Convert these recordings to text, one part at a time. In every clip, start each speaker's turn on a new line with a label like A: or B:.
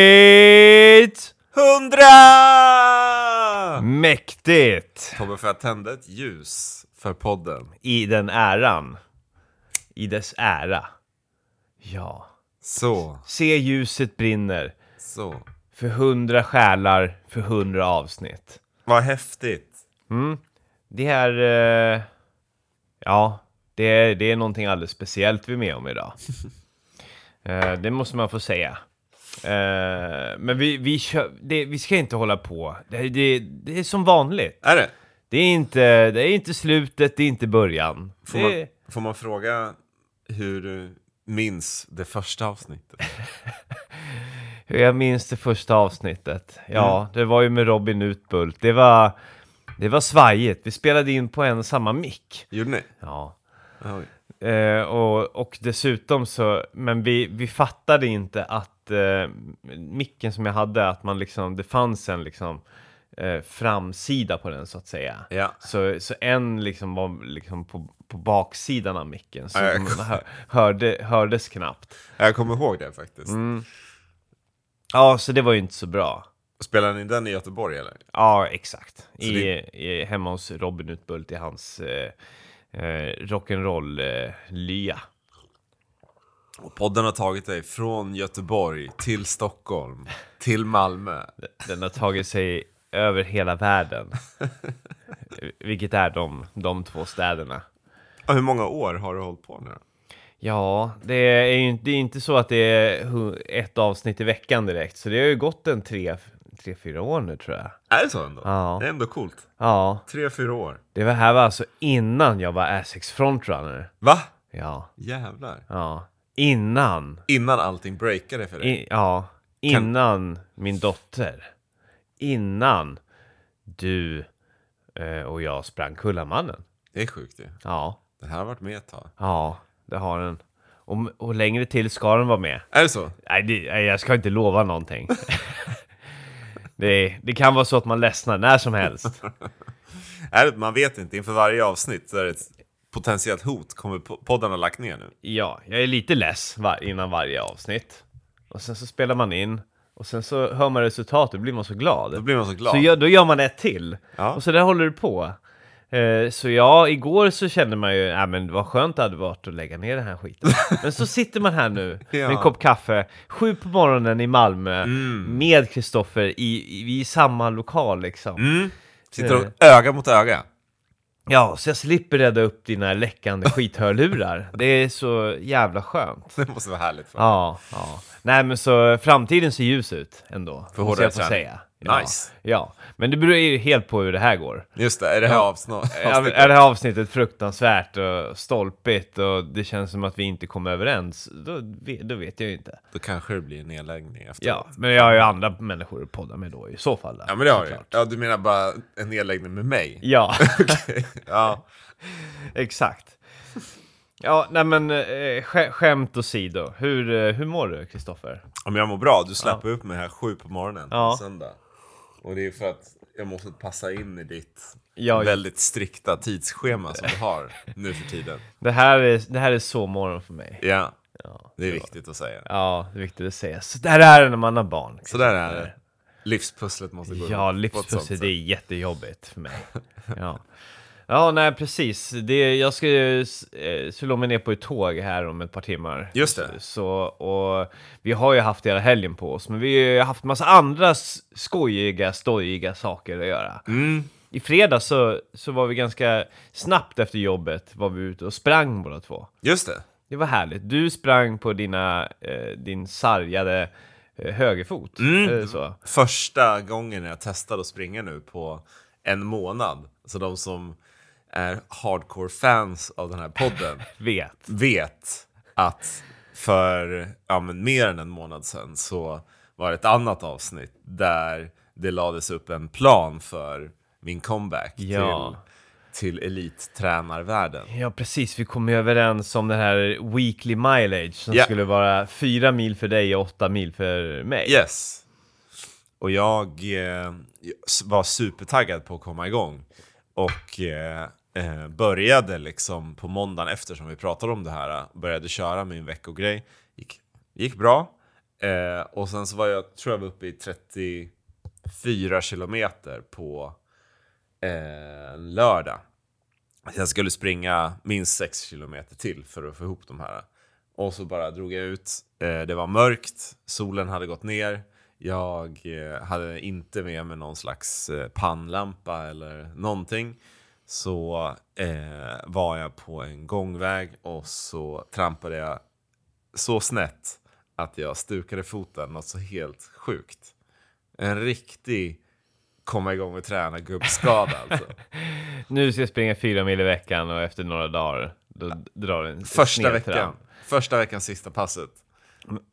A: Avsnitt
B: 100!
A: mäktigt
B: Tobbe, får jag tända ett ljus för podden?
A: i den äran. I dess ära. Ja.
B: Så,
A: Se ljuset brinner
B: så.
A: för hundra själar för hundra avsnitt.
B: Vad häftigt.
A: Det här... Eh, ja, det är, det är någonting alldeles speciellt vi är med om idag. Eh, det måste man få säga. Eh, men vi, vi, kö- det, vi ska inte hålla på. Det, det, det är som vanligt.
B: Är det?
A: Det är inte, det är inte slutet, det är inte början.
B: Får,
A: Det,
B: man, får man fråga hur du minns det första avsnittet?
A: hur jag minns det första avsnittet. Ja,
B: Mm.
A: det var ju med Robin Utbult. Det var, det var svajigt. Vi spelade in på en och samma mick.
B: Gjorde ni?
A: Ja.
B: Oj.
A: Eh, och, och dessutom så, men vi, vi fattade inte att eh, micken som jag hade, att man liksom, det fanns en liksom eh, framsida på den så att säga.
B: Ja.
A: Så, så en liksom var liksom på, på baksidan av micken, så
B: Ja, jag
A: man hör, hörde, hördes knappt.
B: Jag kommer ihåg det faktiskt.
A: Mm. Ja, så det var ju inte så bra.
B: Spelade ni den i Göteborg eller?
A: Ja, exakt. I,
B: det-
A: i, hemma hos Robin Utbult i hans eh, eh, rock'n'roll-lya.
B: Och podden har tagit dig från Göteborg till Stockholm, till Malmö.
A: Den har tagit sig över hela världen. Vilket är de, de två städerna.
B: Och hur många år har du hållit på nu då?
A: Ja, det är ju inte- det är inte så att det är hu- ett avsnitt i veckan direkt. Så det har ju gått en tre, tre fyra år nu tror jag.
B: Är det så ändå?
A: Ja.
B: Det är ändå coolt.
A: Ja,
B: Tre, fyra år.
A: det var här var alltså innan jag var Asics frontrunner.
B: Va?
A: Ja,
B: Jävlar.
A: ja. Innan.
B: Innan allting breakade för dig.
A: I, ja, innan min dotter. Innan du eh, och jag sprang Kullamannen.
B: Det är sjukt ju.
A: Ja,
B: Det här har varit med ett tag.
A: ja, det har den. Och, och längre till ska den vara med.
B: Är det så?
A: Nej, det, nej, jag ska inte lova någonting. det, det kan vara så att man ledsnar när som helst.
B: Är det, man vet inte. Inför varje avsnitt så är det ett potentiellt hot. Kommer po- podden ha lagt ner nu?
A: Ja, jag är lite less var, innan varje avsnitt. Och sen så spelar man in. Och sen så hör man resultatet, då blir man så glad.
B: Då blir man så glad.
A: Så gör, då gör man ett till.
B: Ja.
A: Och så där håller du på. Eh, så ja, igår så kände man ju, nej men vad skönt det hade varit att lägga ner den här skiten. men så sitter man här nu med en
B: Ja. Mm.
A: kopp kaffe, sju på morgonen i Malmö, med Kristoffer i, i, i samma lokal liksom.
B: Mm. Sitter de
A: Eh.
B: öga mot öga?
A: Ja, så jag slipper rädda upp dina läckande skithörlurar. det är så jävla skönt.
B: Det måste vara härligt. För.
A: Ja, ja. Nej men så framtiden ser ljus ut ändå. måste
B: För
A: jag
B: hårdare
A: få
B: träning.
A: säga. Ja,
B: Nice.
A: Ja, men det beror ju helt på hur det här går.
B: Just det, är det här avsnitt?
A: Ja, men är det här avsnittet fruktansvärt och stolpigt och det känns som att vi inte kom överens, då, ve- då vet jag ju inte.
B: Då kanske det blir en nedläggning efter.
A: Ja, men jag har ju andra människor att podda med då i så fall. då,
B: ja men det har du.
A: såklart.
B: Ja, du menar bara en nedläggning med mig?
A: Ja,
B: Ja.
A: exakt. Ja, nej men eh, sk- skämt åsido. Hur, eh, hur mår du, Kristoffer?
B: Om jag mår bra, du släpper upp mig här sju på morgonen
A: Ja.
B: på söndag. Och det är för att jag måste passa in i ditt
A: Ja,
B: väldigt strikta tidsschema som du har nu för tiden.
A: det här, är, det här är så morgon för mig.
B: Ja,
A: Ja,
B: det är viktigt att säga.
A: ja det är viktigt att säga. Så där är det när man har barn.
B: Så där är det. Livspusslet måste gå
A: Ja,
B: ihop på ett sånt
A: livspussel, det
B: sätt.
A: är jättejobbigt för mig. Ja, ja nej precis. Det, jag ska ju eh, slå mig ner på ett tåg här om ett par timmar.
B: Just det.
A: Så, och vi har ju haft hela helgen på oss, men vi har ju haft massa andra s- skojiga, stojiga saker att göra.
B: Mm.
A: I fredags så, så var vi ganska snabbt efter jobbet var vi ute och sprang båda två.
B: Just det.
A: Det var härligt. Du sprang på dina, eh, din sargade eh, högerfot. Mm. Så.
B: Första gången jag testade att springa nu på en månad. Så de som är hardcore fans av den här podden
A: Vet.
B: vet att för ja, men mer än en månad sedan så var det ett annat avsnitt där det lades upp en plan för min comeback
A: Ja.
B: till, till elittränarvärlden.
A: Ja precis, vi kom ju överens om den här weekly mileage som
B: Ja.
A: skulle vara fyra mil för dig och åtta mil för mig.
B: Yes. Och jag eh, var supertaggad på att komma igång. Och eh, eh, började liksom på måndagen efter som vi pratade om det här. eh, Började köra min veckogrej. Gick, gick bra. Eh, och sen så var jag, tror jag var uppe i 34 kilometer på eh, en lördag. Så Jag skulle springa minst 6 kilometer till för att få ihop de här. Och så bara drog jag ut. Eh, Det var mörkt, solen hade gått ner. Jag eh, hade inte med mig någon slags eh, pannlampa eller någonting. Så eh, var jag på en gångväg och så trampade jag så snett att jag stukade foten något så helt sjukt. En riktig komma igång och träna gubbskada alltså.
A: Nu ska jag springa fyra mil i veckan och efter några dagar då drar den
B: Första
A: sned fram.
B: veckan. Första veckans sista passet.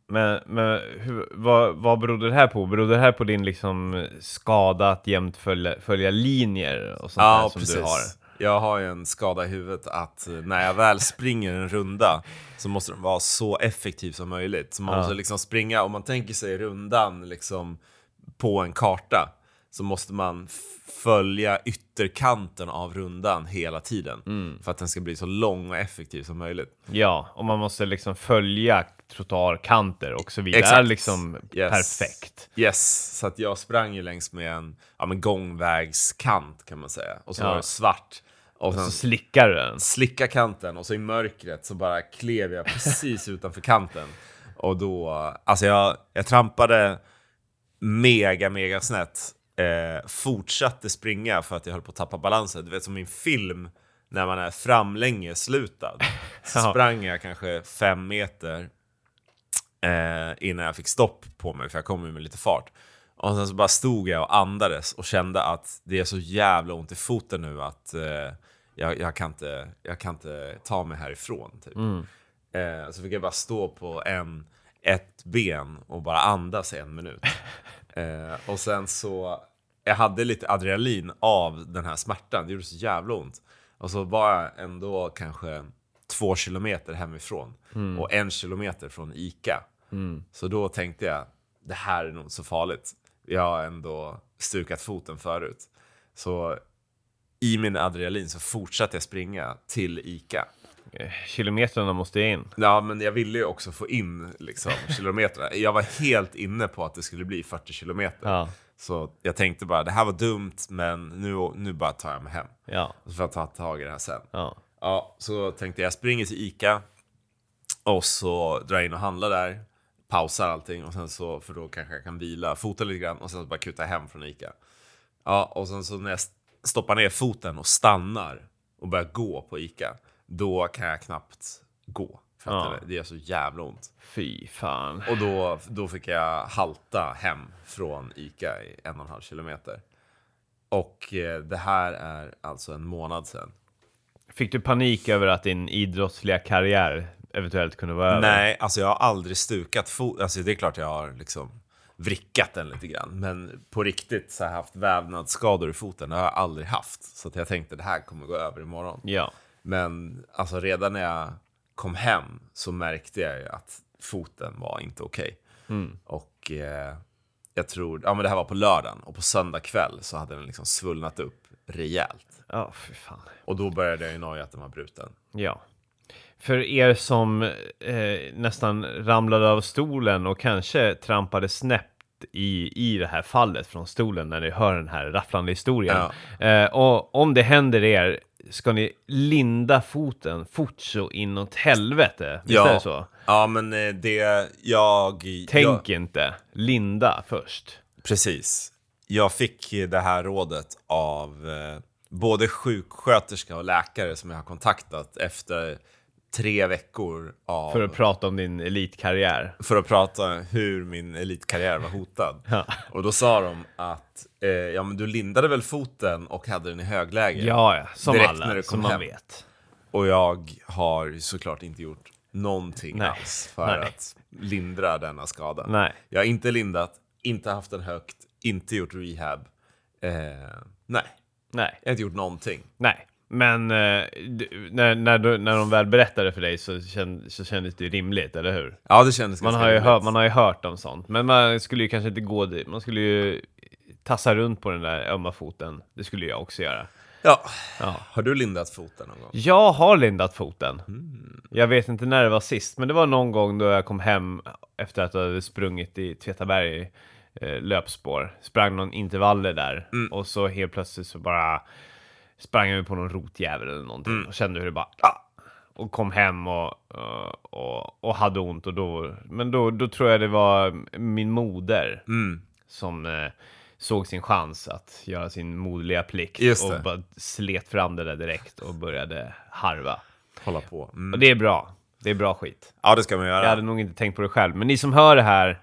A: Men, men hur, vad, vad berodde det här på? Berodde det här på din liksom skada att jämt följa, följa linjer och sånt där som du har?
B: Jag har ju en skada i huvudet att eh, när jag väl springer en runda så måste den vara så effektiv som möjligt. Så man måste liksom springa, om man tänker sig rundan liksom på en karta så måste man f- följa ytterkanten av rundan hela tiden
A: Mm.
B: för att den ska bli så lång och effektiv som möjligt.
A: Ja, och man måste liksom följa trottoarkanter och så vidare.
B: Exakt.
A: Liksom
B: Yes.
A: perfekt.
B: Yes, så att jag sprang ju längs med en ja, men gångvägskant kan man säga. Och så
A: Ja.
B: var det svart. Och sen
A: Så slickar du den.
B: slicka kanten och så i mörkret så bara klev jag precis utanför kanten. Och då, alltså jag, jag trampade mega, mega snett. Eh, fortsatte springa för att jag höll på att tappa balansen. Du vet som i en film när man är framlängeslutad. Så
A: Ja.
B: sprang jag kanske fem meter eh, innan jag fick stopp på mig, för jag kom ju med lite fart. Och sen så bara stod jag och andades och kände att det är så jävla ont i foten nu att eh, jag, jag, kan inte, jag kan inte ta mig härifrån. Typ. Eh, så fick jag bara stå på en, ett ben och bara andas i en minut. Eh, och sen så, jag hade lite adrenalin av den här smärtan. Det gjorde så jävla ont. Och så var jag ändå kanske två kilometer hemifrån och en kilometer från ICA. Så då tänkte jag, det här är nog inte så farligt. Jag har ändå stukat foten förut. Så i min adrenalin så fortsatte jag springa till ICA.
A: Eh, Kilometrarna måste in.
B: Ja, men jag ville ju också få in liksom, kilometrarna. Jag var helt inne på att det skulle bli 40 kilometer.
A: Ja,
B: Så jag tänkte bara, det här var dumt, men nu, nu bara tar jag mig hem.
A: ja,
B: Så får jag ta tag i det här sen.
A: ja.
B: Ja, så tänkte jag, jag springer till ICA och så drar jag in och handlar där. Pausar allting och sen så, för då kanske jag kan vila, fota lite grann och sen så bara kuta hem från ICA. Ja, och sen så när jag stoppar ner foten och stannar och börjar gå på ICA, då kan jag knappt gå. Fattar
A: Ja.
B: du? Det gör så jävla ont.
A: Fy fan.
B: Och då, då fick jag halta hem från ICA i en och en halv kilometer. Och eh, det här är alltså en månad sedan.
A: Fick du panik över att din idrottsliga karriär eventuellt kunde vara över?
B: Nej, alltså jag har aldrig stukat fot. Alltså det är klart jag har liksom vrickat den lite grann. Men på riktigt så har jag haft vävnadsskador i foten. Det har jag aldrig haft. Så att jag tänkte det här kommer gå över imorgon.
A: Ja.
B: Men alltså redan när jag kom hem så märkte jag ju att foten var inte okej.
A: Mm.
B: Och eh, jag tror, ja men det här var på lördagen och på söndag kväll så hade den liksom svullnat upp rejält.
A: Ja, fy fan.
B: Och då började jag ju noja att den var bruten.
A: Ja. För er som eh, nästan ramlade av stolen och kanske trampade snett i, i det här fallet från stolen när ni hör den här rafflande historien. Eh, och om det händer er ska ni linda foten fort så inåt helvete. Visst är det så?
B: ja men eh, det, jag... jag,
A: Tänk inte, linda först.
B: Precis. Jag fick det här rådet av eh, både sjuksköterska och läkare som jag har kontaktat efter tre veckor av,
A: För
B: för,
A: att prata om din elitkarriär.
B: att prata hur min elitkarriär var hotad.
A: Ja.
B: Och då sa de att eh, ja, men du lindade väl foten och hade den i högläge.
A: Ja, ja. Som
B: Direkt
A: alla,
B: när du kom
A: som man
B: hem.
A: vet.
B: Och jag har ju såklart inte gjort någonting
A: Nej.
B: alls för
A: Nej.
B: att lindra denna skada.
A: Nej.
B: Jag har inte lindat, inte haft den högt, inte gjort rehab. Eh, nej.
A: Nej.
B: Jag har inte gjort någonting.
A: Nej, men eh, du- när, när, du, när de väl berättade för dig så, känd, så kändes det ju rimligt, eller hur?
B: Ja, det kändes
A: Man
B: ganska
A: har, ju
B: rimligt.
A: hört, man har ju hört om sånt, men man skulle ju kanske inte gå dit. Man skulle ju tassa runt på den där ömma foten. Det skulle jag också göra.
B: Ja. Har du lindat foten någon gång?
A: Jag har lindat foten. Jag vet inte när det var sist, men det var någon gång då jag kom hem efter att jag hade sprungit i Tvetaberg eh, löpspår. Sprang någon intervaller där och så helt plötsligt så bara sprang jag på någon rotjävel eller någonting och kände hur det bara ah! och kom hem och, och, och, och hade ont och då, men då, då tror jag det var min moder
B: Mm.
A: som eh, såg sin chans att göra sin moderliga plikt
B: Just
A: och
B: det.
A: bara slet fram det där direkt och började harva.
B: Hålla på. Mm.
A: Och det är bra. Det är bra skit.
B: Ja, det ska man
A: Jag
B: göra.
A: hade nog inte tänkt på det själv, men ni som hör det här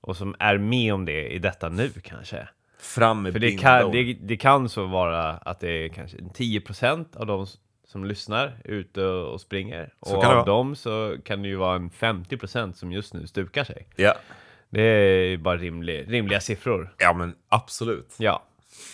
A: och som är med om det i detta nu kanske.
B: Fram med
A: För det kan, det, det kan så vara att det är kanske 10% av de s- som lyssnar är ute och springer.
B: Så
A: och
B: kan det
A: av
B: vara.
A: dem så kan det ju vara en 50% som just nu stukar sig.
B: Ja.
A: Det är ju bara rimlig, rimliga siffror.
B: ja, men absolut.
A: Ja,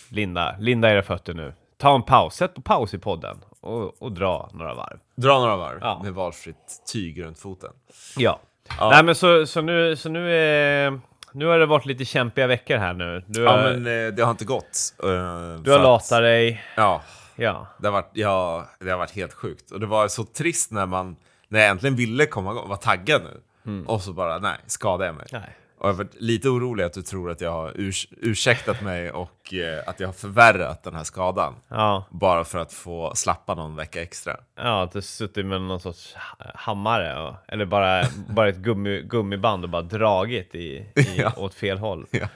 A: linda, linda era fötter nu. Ta en paus, sätt på paus i podden och, och dra några varv.
B: Dra några varv
A: Ja.
B: med valfritt tyg runt foten.
A: Ja. Nej men så, så nu, så nu, är, nu har det varit lite kämpiga veckor här nu. Du,
B: Ja,
A: har-
B: men eh, det har inte gått. eh,
A: du
B: för
A: har
B: att-
A: latat dig.
B: Ja,
A: Ja.
B: det har, varit, ja, det har varit helt sjukt. Och det var så trist när man, när jag äntligen ville komma igång, var taggad nu. Och så bara, nej, skadade jag mig.
A: Mm. Nej.
B: Och jag har varit lite orolig att du tror att jag har urs ursäktat mig och eh, att jag har förvärrat den här skadan.
A: Ja,
B: Bara för att få slappa någon vecka extra.
A: ja att du suttit med någon sorts ha- hammare och, eller bara, bara ett gummi, gummiband och bara dragit i, i,
B: Ja.
A: åt fel håll.
B: Ja.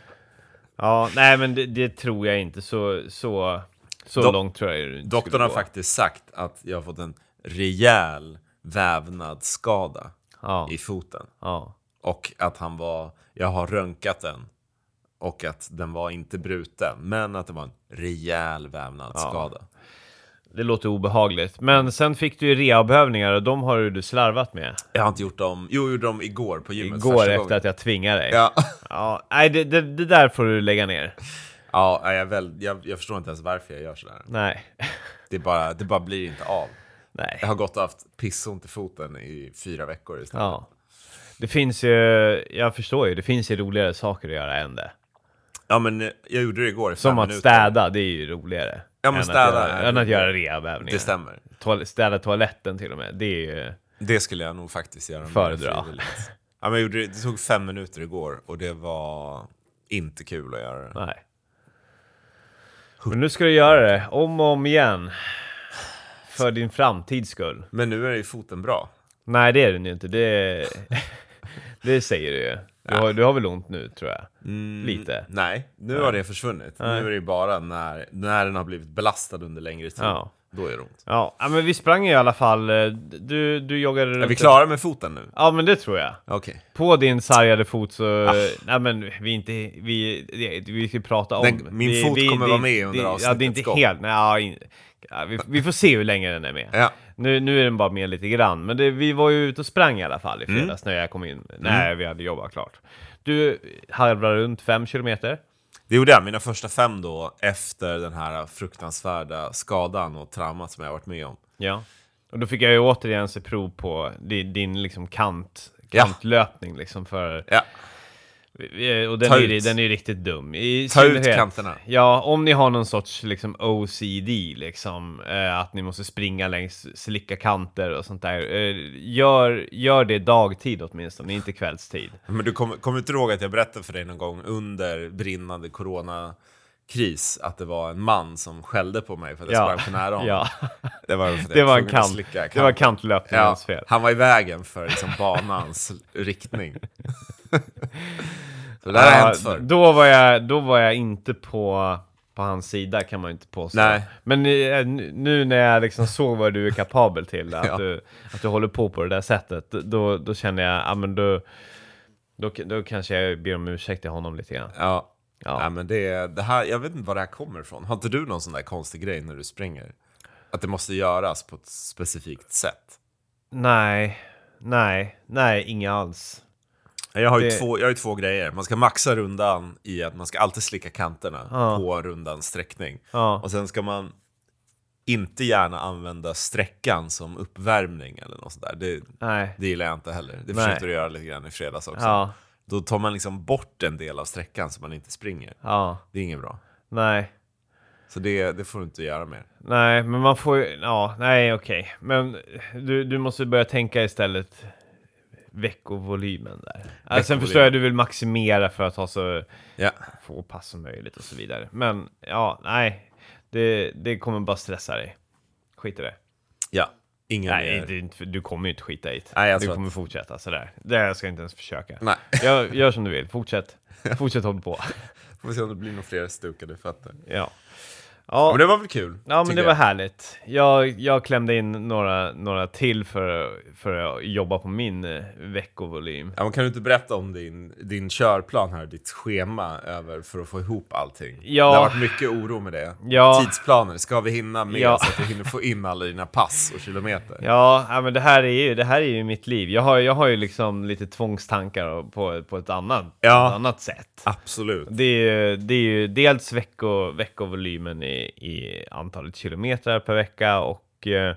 A: Ja, nej men det, det tror jag inte. Så, så, så
B: Dok-
A: långt tror jag det inte
B: Doktorn
A: skulle
B: har
A: gå.
B: faktiskt sagt att jag har fått en rejäl vävnadsskada
A: Ja,
B: i foten.
A: ja.
B: Och att han var, jag har röntgat den. Och att den var inte bruten, men att det var en rejäl vävnadsskada.
A: Det låter obehagligt. Men sen fick du ju rehabövningar och de har ju du slarvat med.
B: Jag har inte gjort dem, jo jag gjorde dem igår på gymmet
A: Igår
B: första
A: efter
B: gången.
A: att jag tvingade dig.
B: Ja,
A: Ja, nej, det, det, det där får du lägga ner.
B: ja jag, är väl, jag, jag förstår inte ens varför jag gör sådär.
A: Nej.
B: Det bara, det bara blir inte av.
A: Nej.
B: Jag har gått och haft pissont i foten i fyra veckor istället.
A: Ja. Det finns ju, jag förstår ju, det finns ju roligare saker att göra än det.
B: Ja men eh, jag gjorde det igår i
A: Som
B: fem
A: att
B: minuter.
A: städa, det är ju roligare.
B: Ja, men
A: än
B: städa
A: Att göra,
B: är-
A: än att göra
B: Det
A: rehabövningar.
B: stämmer.
A: Toal- städa toaletten till och med, det är ju...
B: Det skulle jag nog faktiskt göra mer
A: Föredra.
B: frivilligt. Ja, men jag gjorde, det det tog fem minuter igår och det var inte kul att göra det.
A: Nej. Men nu ska du göra det, om och om igen. För din framtids skull.
B: Men nu är ju foten bra.
A: Nej, det är den ju inte. Det, det säger du ju. Du har, du har väl ont nu, tror jag. Lite.
B: Mm, Nej, nu har det försvunnit. Nu är det ju bara när, när den har blivit belastad under längre tid.
A: Ja.
B: Då gör det ont.
A: Ja, ja, men vi sprang ju i alla fall. eh, Du, du joggade runt.
B: Är vi klara med foten nu?
A: Ja, men det tror jag.
B: Okej.
A: På din sargade fot
B: Ah.
A: så... Nej, men vi är inte... Vi, det- vi ska prata om...
B: Den- min
A: vi,
B: fot
A: vi,
B: kommer vara med under
A: det, Ja, det är
B: avsnittets
A: inte
B: gång.
A: helt... Nej, ja, in, ja, vi, vi får se hur länge den är med.
B: Ja.
A: Nu, nu är den bara med lite grann, men det, vi var ju ute och sprang i alla fall
B: Mm.
A: i fredags när jag kom in. Nej, vi hade jobbat klart. Du halvrade runt fem kilometer.
B: Det gjorde jag. Mina första fem då, efter den här fruktansvärda skadan och traumat som jag har varit med om.
A: Ja. Och då fick jag ju återigen se prov på din, din liksom kant,
B: Ja.
A: kantlöpning liksom för...
B: Ja.
A: eh, Och den
B: Ta
A: är, ju-
B: ut.
A: den är ju riktigt dum. I
B: Ta ut
A: synnerhet-
B: kanterna.
A: Ja, om ni har någon sorts liksom OCD, liksom, eh, att ni måste springa längs slicka kanter och sånt där. Eh, gör, gör det dagtid åtminstone, inte kvällstid.
B: Men du kommer kommer inte ihåg att jag berättade för dig någon gång under brinnande coronakris att det var en man som skällde på mig för att jag sprang för nära honom.
A: ja.
B: Det var, för att
A: Det,
B: jag
A: var en
B: tvungen att
A: kant,
B: slicka
A: det var
B: kanten.
A: kantlöpningens fel.
B: Han var i vägen för liksom banans riktning. Så det här har hänt
A: Ja,
B: förr.
A: då, var jag, då var jag inte på, på hans sida kan man ju inte påstå.
B: Nej.
A: Men eh, nu- nu när jag liksom såg vad du är kapabel till, att,
B: Ja.
A: du, att du håller på på det där sättet, då, då känner jag, ja men då, då, då kanske jag ber om ursäkt till honom lite grann.
B: Ja.
A: Ja.
B: Nej, men det, det här, jag vet inte var det här kommer ifrån. Har inte du någon sån där konstig grej när du springer? Att det måste göras på ett specifikt sätt?
A: Nej, nej, nej, inga alls.
B: Jag har, ju
A: Det-
B: två, jag har ju två grejer. Man ska maxa rundan i att man ska alltid slicka kanterna på rundans sträckning.
A: Ja.
B: Och sen ska man inte gärna använda sträckan som uppvärmning eller något sånt där. Det,
A: Nej.
B: det gillar jag inte heller. Det
A: Nej.
B: försökte du göra lite grann i fredags också.
A: Ja,
B: Då tar man liksom bort en del av sträckan så man inte springer.
A: ja,
B: Det är inget bra.
A: nej.
B: Så det, det får du inte göra mer.
A: Nej, men man får ju... Ja, nej okej. Men du, du måste börja tänka istället veckovolymen där. Alltså, sen
B: Veckovolym.
A: förstår jag att du vill maximera för att ha så
B: Ja.
A: få pass som möjligt och så vidare. Men ja, nej. Det, det kommer bara stressa dig. Skit i det.
B: Ja. Inga
A: Nej,
B: mer.
A: det, är inte- du kommer ju inte skita i det.
B: Nej, jag
A: du
B: tror att-
A: kommer fortsätta sådär. Det här ska jag inte ens försöka.
B: Nej.
A: Jag, gör som du vill. Fortsätt. Fortsätt håll på.
B: Får se om det blir några fler stukade fötter.
A: Ja.
B: Ja,
A: Ja,
B: men det var väl kul?
A: ja men
B: tycker
A: det var
B: jag.
A: härligt. Jag, jag klämde in några, några till för, för att jobba på min eh, veckovolym.
B: Ja, men kan du inte berätta om din, din körplan här, ditt schema över för att få ihop allting?
A: Ja.
B: Det har varit mycket oro med det.
A: Ja.
B: Tidsplaner, ska vi hinna med
A: Ja.
B: så att vi hinner få in alla dina pass och kilometer?
A: Ja, ja, men det här är ju, det här är ju mitt liv. Jag har, jag har ju liksom lite tvångstankar på, på ett, annat,
B: Ja.
A: ett annat sätt.
B: Absolut.
A: Det är, ju- det är ju dels vecko, veckovolymen i, i antalet kilometer per vecka och eh,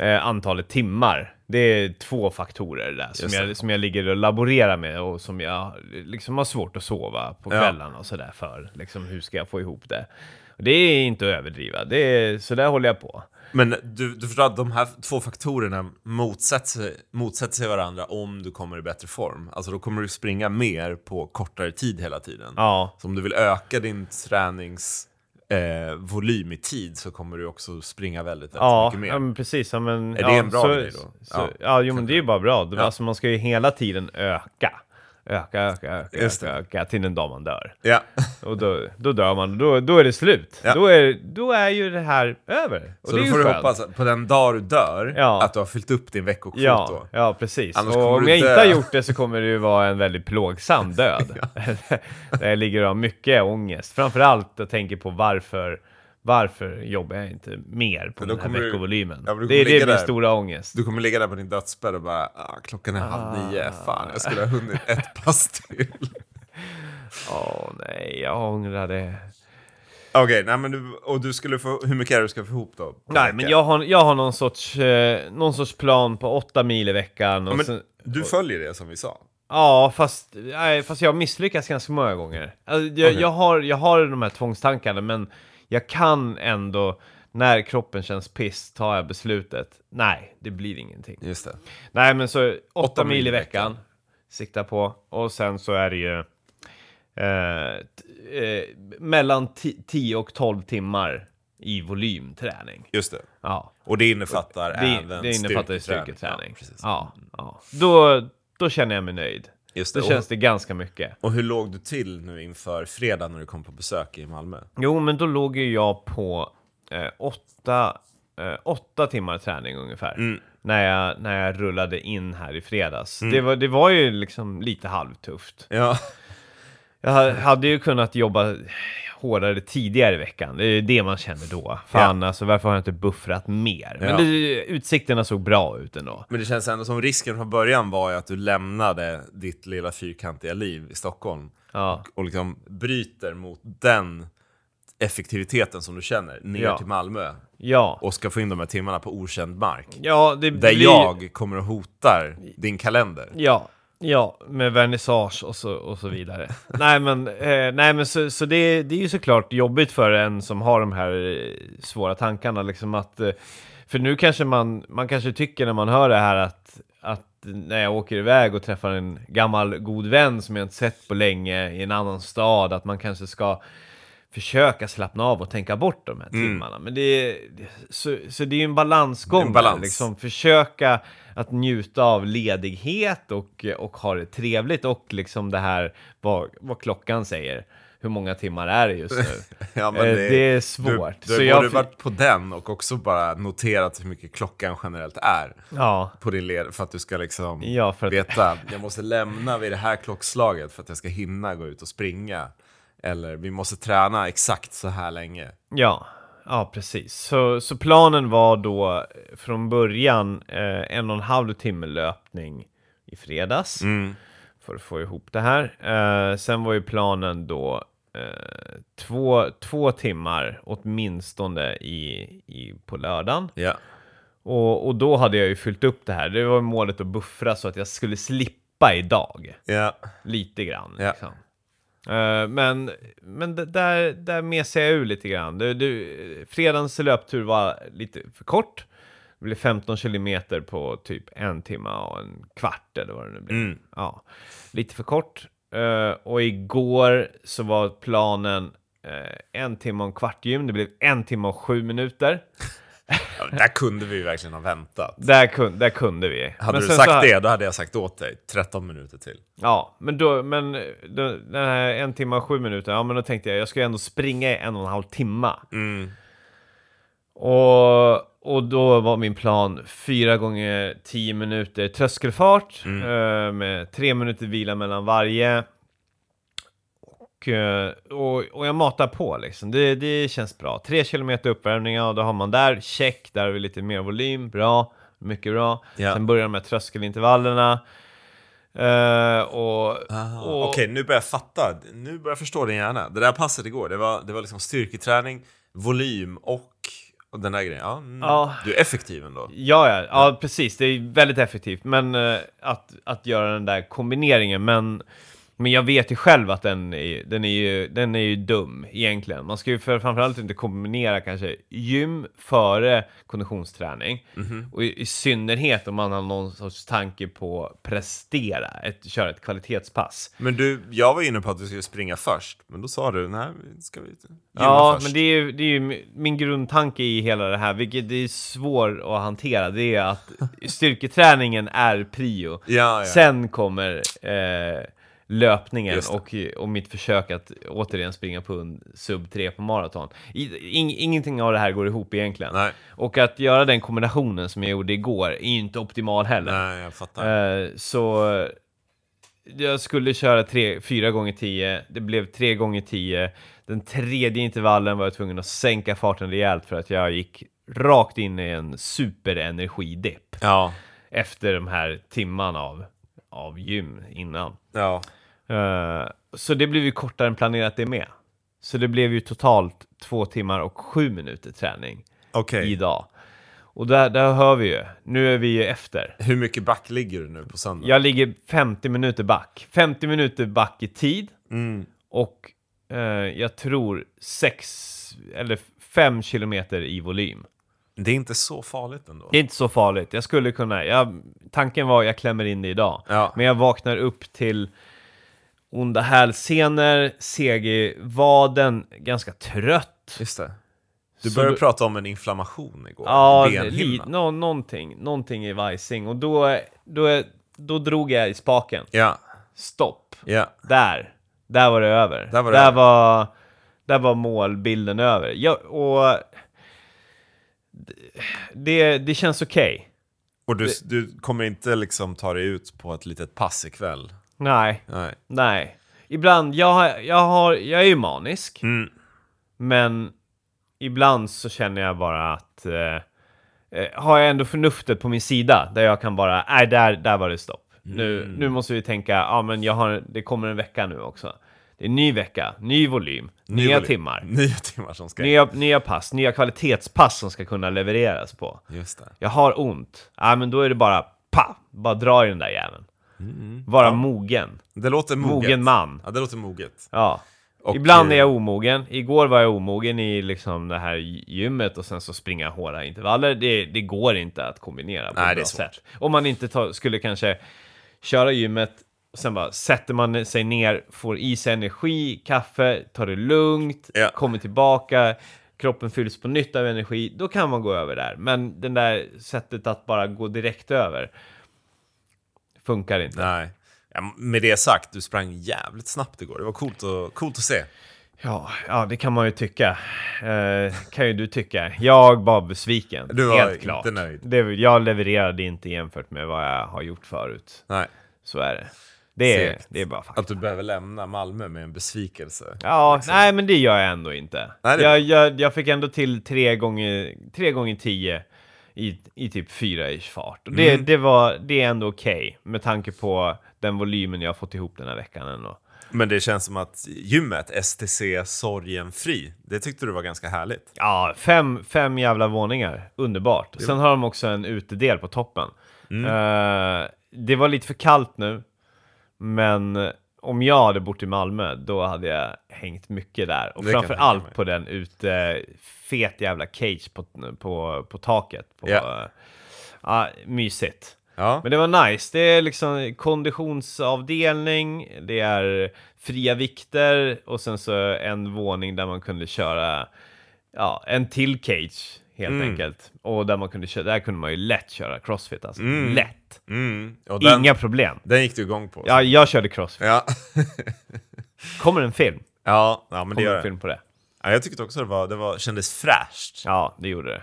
A: eh, antalet timmar. Det är två faktorer där som
B: Just det.
A: jag, som jag ligger och laborerar med och som jag liksom har svårt att sova på
B: Ja.
A: kvällarna och sådär för. Liksom, hur ska jag få ihop det? Och det är inte att överdriva. Det är, så där håller jag på.
B: Men du, du förstår att de här två faktorerna motsätter sig, motsätter sig varandra om du kommer i bättre form. Alltså då kommer du springa mer på kortare tid hela tiden.
A: Ja,
B: Så om du vill öka din träningsvolym eh, volym i tid så kommer du också springa väldigt, väldigt
A: ja,
B: mycket mer.
A: ja men precis. Ja, men,
B: Är
A: ja,
B: det en bra
A: så,
B: grej då?
A: Så, ja,
B: Ja.
A: jo, men det är ju bara bra.
B: Ja.
A: Alltså, man ska ju hela tiden öka. Öka, öka, öka,
B: Just det.
A: öka, öka till den dag man dör.
B: Ja.
A: Och då, då dör man, då, då är det slut.
B: Ja.
A: Då, är, då är ju det här över. Och
B: Så
A: det är
B: då
A: ju
B: får du
A: skönt.
B: hoppas att på den dag du dör
A: Ja.
B: att du har fyllt upp din veckokvot
A: Ja,
B: då.
A: ja, precis.
B: Annars
A: och
B: kommer
A: om
B: du
A: jag
B: dö.
A: inte har gjort det så kommer det ju vara en väldigt plågsam död. Där jag ligger och har mycket ångest. Framförallt jag tänker på varför, varför jobbar jag inte mer på
B: Men då
A: den här
B: kommer du-
A: veckovolymen.
B: Ja, men du
A: det är
B: kommer
A: det
B: ligga
A: min
B: där.
A: stora ångest.
B: Du kommer ligga där på din dödsbädd och bara ah, klockan är halv
A: Ah.
B: nio, fan jag skulle ha hunnit ett pass till.
A: Åh nej, jag ångrar det.
B: Okej, nej men du, och du skulle få, hur mycket är det du ska få ihop då? på
A: Nej,
B: veckan?
A: men jag har, jag har någon, sorts, eh, någon sorts plan på åtta mil i veckan. Alltså, Och
B: Ja,
A: sen,
B: men du följer det som vi sa.
A: Ja, fast, nej, fast jag misslyckas ganska många gånger. Alltså, jag,
B: Okej.
A: jag, har, jag har de här tvångstankarna, men jag kan ändå, när kroppen känns piss, tar jag beslutet. Nej, det blir ingenting.
B: Just det.
A: Nej, men så åtta,
B: Åtta
A: mil
B: mil
A: i
B: i
A: veckan, sikta på. Och sen så är det ju eh, t- eh, mellan 10 och 12 timmar i volymträning.
B: Just det.
A: Ja.
B: Och det innefattar
A: Det,
B: även
A: det innefattar ju
B: styrketräning.
A: styrketräning.
B: Ja, precis. Mm.
A: Ja, ja. Då, då känner jag mig nöjd.
B: Just det.
A: Då känns det ganska mycket.
B: Och, och hur låg du till nu inför fredag när du kom på besök i Malmö?
A: Jo, men då låg ju jag på eh, åtta, eh, åtta timmar träning ungefär.
B: Mm.
A: När, jag, när jag rullade in här i fredags. Det, var, det var ju liksom lite halvtufft.
B: Ja,
A: Jag ha- hade ju kunnat jobba hårdare tidigare i veckan. Det är ju det man känner då. Fan, alltså varför har jag inte buffrat mer? Men
B: Ja.
A: det, utsikterna såg bra ut ändå.
B: men det känns ändå som risken från början var ju att du lämnade ditt lilla fyrkantiga liv i Stockholm
A: Ja.
B: och liksom bryter mot den effektiviteten som du känner ner
A: Ja.
B: till Malmö
A: Ja.
B: och ska få in de här timmarna på okänd mark.
A: Ja, det
B: Där
A: blir...
B: jag kommer och hotar din kalender.
A: Ja, ja med vernissage och så, och så vidare. nej, men, eh, nej, men så, så det, det är ju såklart jobbigt för en som har de här eh, svåra tankarna. Liksom att, eh, för nu kanske man, man kanske tycker när man hör det här att, att när jag åker iväg och träffar en gammal god vän som jag inte sett på länge i en annan stad, att man kanske ska försöka slappna av och tänka bort de här timmarna. Men det är, så, så det är ju en balansgång.
B: En balans.
A: där, Liksom försöka att njuta av ledighet och, och ha det trevligt och liksom det här vad, vad klockan säger. Hur många timmar är det just nu?
B: Ja,
A: Eh, det är svårt.
B: Du, du
A: Så
B: har
A: jag
B: både
A: fi-
B: varit på den och också bara noterat hur mycket klockan generellt är
A: ja,
B: på din led för att du ska liksom
A: Ja, för att-
B: veta, jag måste lämna vid det här klockslaget för att jag ska hinna gå ut och springa. Eller vi måste träna exakt så här länge.
A: ja, ja precis. Så, så planen var då eh, från början eh, en och en halv timme löpning i fredags.
B: Mm.
A: för att få ihop det här. Eh, sen var ju planen då eh, två, två timmar åtminstone i, i, på lördagen.
B: Ja.
A: Och, och då hade jag ju fyllt upp det här. Det var målet att buffra så att jag skulle slippa idag.
B: Ja.
A: Lite grann.
B: Ja.
A: Liksom. Eh, men men d- där, där mesade jag ur lite grann. Du, du, fredagens löptur var lite för kort. Det blev 15 kilometer på typ en timme och en kvart eller vad det nu blev.
B: Mm.
A: Ja, lite för kort. Eh, och igår så var planen eh, en timme och en kvart gym. Det blev en timme och sju minuter.
B: Ja, men där kunde vi ju verkligen ha väntat.
A: Där, kun, där kunde vi.
B: Hade
A: Men
B: du
A: sen
B: sagt
A: så här-
B: det, då hade jag sagt åt dig 13 minuter till.
A: Ja, men, då, men då, den här en timme och sju minuter, ja men då tänkte jag jag ska ju ändå springa i en och en halv timme.
B: Mm.
A: Och, och då var min plan fyra gånger 10 minuter tröskelfart
B: Mm.
A: eh, med tre minuter vila mellan varje. Och, eh, och, och jag matar på liksom. Det, det känns bra. Tre kilometer uppvärmning, ja då har man där. Check, där har vi lite mer volym. Bra, mycket bra.
B: Ja.
A: Sen börjar de här tröskelintervallerna. Eh, och, och,
B: Okej, nu börjar jag fatta. Nu börjar jag förstå din hjärna. Det där passet igår, det var, det var liksom styrketräning, volym och, och den där grejen. Ja, mm.
A: Ja.
B: Du är effektiv ändå.
A: Ja, ja, ja, precis. Det är väldigt effektivt. Men eh, att, att göra den där kombineringen. Men, men jag vet ju själv att den är, den, är ju, den är ju dum egentligen. Man ska ju för, framförallt inte kombinera kanske gym före konditionsträning.
B: Mhm.
A: Och i, i synnerhet om man har någon sorts tanke på prestera, ett, köra ett kvalitetspass.
B: Men du, jag var inne på att du skulle springa först, men då sa du nej, vi ska vi inte gymma
A: Ja,
B: först.
A: men det är, ju, det är ju mi- min grundtanke i hela det här, vilket är svårt att hantera, det är att styrketräningen är prio.
B: Ja, ja.
A: Sen kommer eh, löpningen
B: Just det.
A: och, och mitt försök att återigen springa på en sub 3 på maraton. I- In, ingenting av det här går ihop egentligen.
B: Nej.
A: Och att göra den kombinationen som jag gjorde igår är ju inte optimal heller.
B: Nej, jag fattar.
A: Eh, så eh, jag skulle köra 4 gånger 10 det blev 3 gånger 10 Den tredje intervallen var jag tvungen att sänka farten rejält för att jag gick rakt in i en superenergidipp
B: Ja,
A: efter de här timmarna av, av gym innan.
B: ja.
A: Eh, så det blev ju kortare än planerat det med. Så det blev ju totalt två timmar och sju minuter träning
B: okej.
A: idag. Och där, där hör vi ju, nu är vi ju efter.
B: Hur mycket back ligger du nu på söndag?
A: Jag ligger 50 minuter back. 50 minuter back i tid.
B: Mm.
A: Och eh, jag tror 6 eller 5 kilometer i volym.
B: Det är inte så farligt ändå.
A: Det är inte så farligt. Jag skulle kunna... Jag, tanken var jag klämmer in det idag.
B: Ja.
A: Men jag vaknar upp till onda hälsenor, seg i vaden, ganska trött.
B: Just det. Du
A: Så
B: började
A: du-
B: prata om en inflammation igår.
A: Ja, li,
B: Benhinna.
A: nå någonting, någonting i vajsing. Och då, då, då drog jag i spaken.
B: Ja,
A: Stopp.
B: ja.
A: Där. Där var det över.
B: Där var det
A: där,
B: över.
A: Var, där var målbilden över. Ja, och det, det känns okej.
B: Och du, du kommer inte liksom ta dig ut på ett litet pass ikväll?
A: Nej,
B: Nej.
A: nej. Ibland, jag, har- jag, har, jag är ju manisk,
B: Mm.
A: men ibland så känner jag bara att eh, eh, har jag ändå förnuftet på min sida där jag kan bara, nej, där, där var det stopp.
B: Mm.
A: Nu, nu måste vi tänka, ja, men jag har, det kommer en vecka nu också. Det är en ny vecka, ny volym,
B: Ny
A: nya
B: volym.
A: timmar.
B: Nya timmar som ska in.
A: Nya, nya pass, nya kvalitetspass som ska kunna levereras på.
B: Just det.
A: Jag har ont. Ja, men då är det bara pa, bara dra i den där jäveln. Vara mogen.
B: Det låter Mm. moget.
A: Mogen man.
B: Ja, det låter moget.
A: Ja.
B: Och,
A: Ibland är
B: eh,
A: jag omogen. Igår var jag omogen i liksom det här gymmet och sen så springa hårda intervaller. Det, det går inte att kombinera på
B: Nej,
A: ett
B: det är
A: bra
B: svårt.
A: sätt. Om man inte tar, skulle kanske köra gymmet och sen bara sätter man sig ner, får i sig energi, kaffe, tar det lugnt,
B: Ja.
A: kommer tillbaka, kroppen fylls på nytt av energi. Då kan man gå över där. Men det där sättet att bara gå direkt över funkar inte.
B: Nej. Ja, med det sagt, du sprang jävligt snabbt igår. Det var coolt, och, coolt att se.
A: Ja, ja, det kan man ju tycka. Eh, kan ju du tycka. Jag var besviken.
B: Du var
A: helt
B: inte
A: klart.
B: nöjd.
A: Det, jag levererade inte jämfört med vad jag har gjort förut.
B: Nej.
A: Så är det. Det är,
B: Segt. Alltså,
A: det är bara fakta.
B: Att du behöver lämna Malmö med en besvikelse.
A: Ja, nej men det gör jag ändå inte.
B: liksom. Nej, det är
A: jag, jag, jag fick ändå till 3 gånger, tre gånger 10 i, i typ 4 ish fart. Och
B: Mm.
A: det, det, var, det är ändå okej med tanke på den volymen jag har fått ihop den här veckan ändå.
B: Men det känns som att gymmet, STC Sorgen Fri, det tyckte du var ganska härligt.
A: Ja, fem, fem jävla våningar. Underbart. Sen har de också en utedel
B: Mm.
A: på toppen. Eh, det var lite för kallt nu, men om jag hade bott i Malmö, då hade jag hängt mycket där. Och
B: Det kan
A: framför
B: jag tänka
A: allt
B: mig.
A: på den ute, fet jävla cage på, på, på taket. På,
B: Ja.
A: eh, ja, mysigt.
B: Ja.
A: Men det var nice. Det är liksom konditionsavdelning, det är fria vikter och sen så en våning där man kunde köra ja, en till cage helt
B: Mm.
A: enkelt. Och där man kunde köra, där kunde man ju lätt köra crossfit alltså. Lätt!
B: Mm. Och den,
A: Inga problem.
B: den gick du igång på.
A: Ja, jag körde crossfit.
B: Ja.
A: Kommer en film?
B: ja, ja, men det
A: Kommer
B: gör
A: en
B: den.
A: film på det?
B: Ja, jag tyckte också det var, det var, kändes fräscht.
A: Ja, det gjorde det.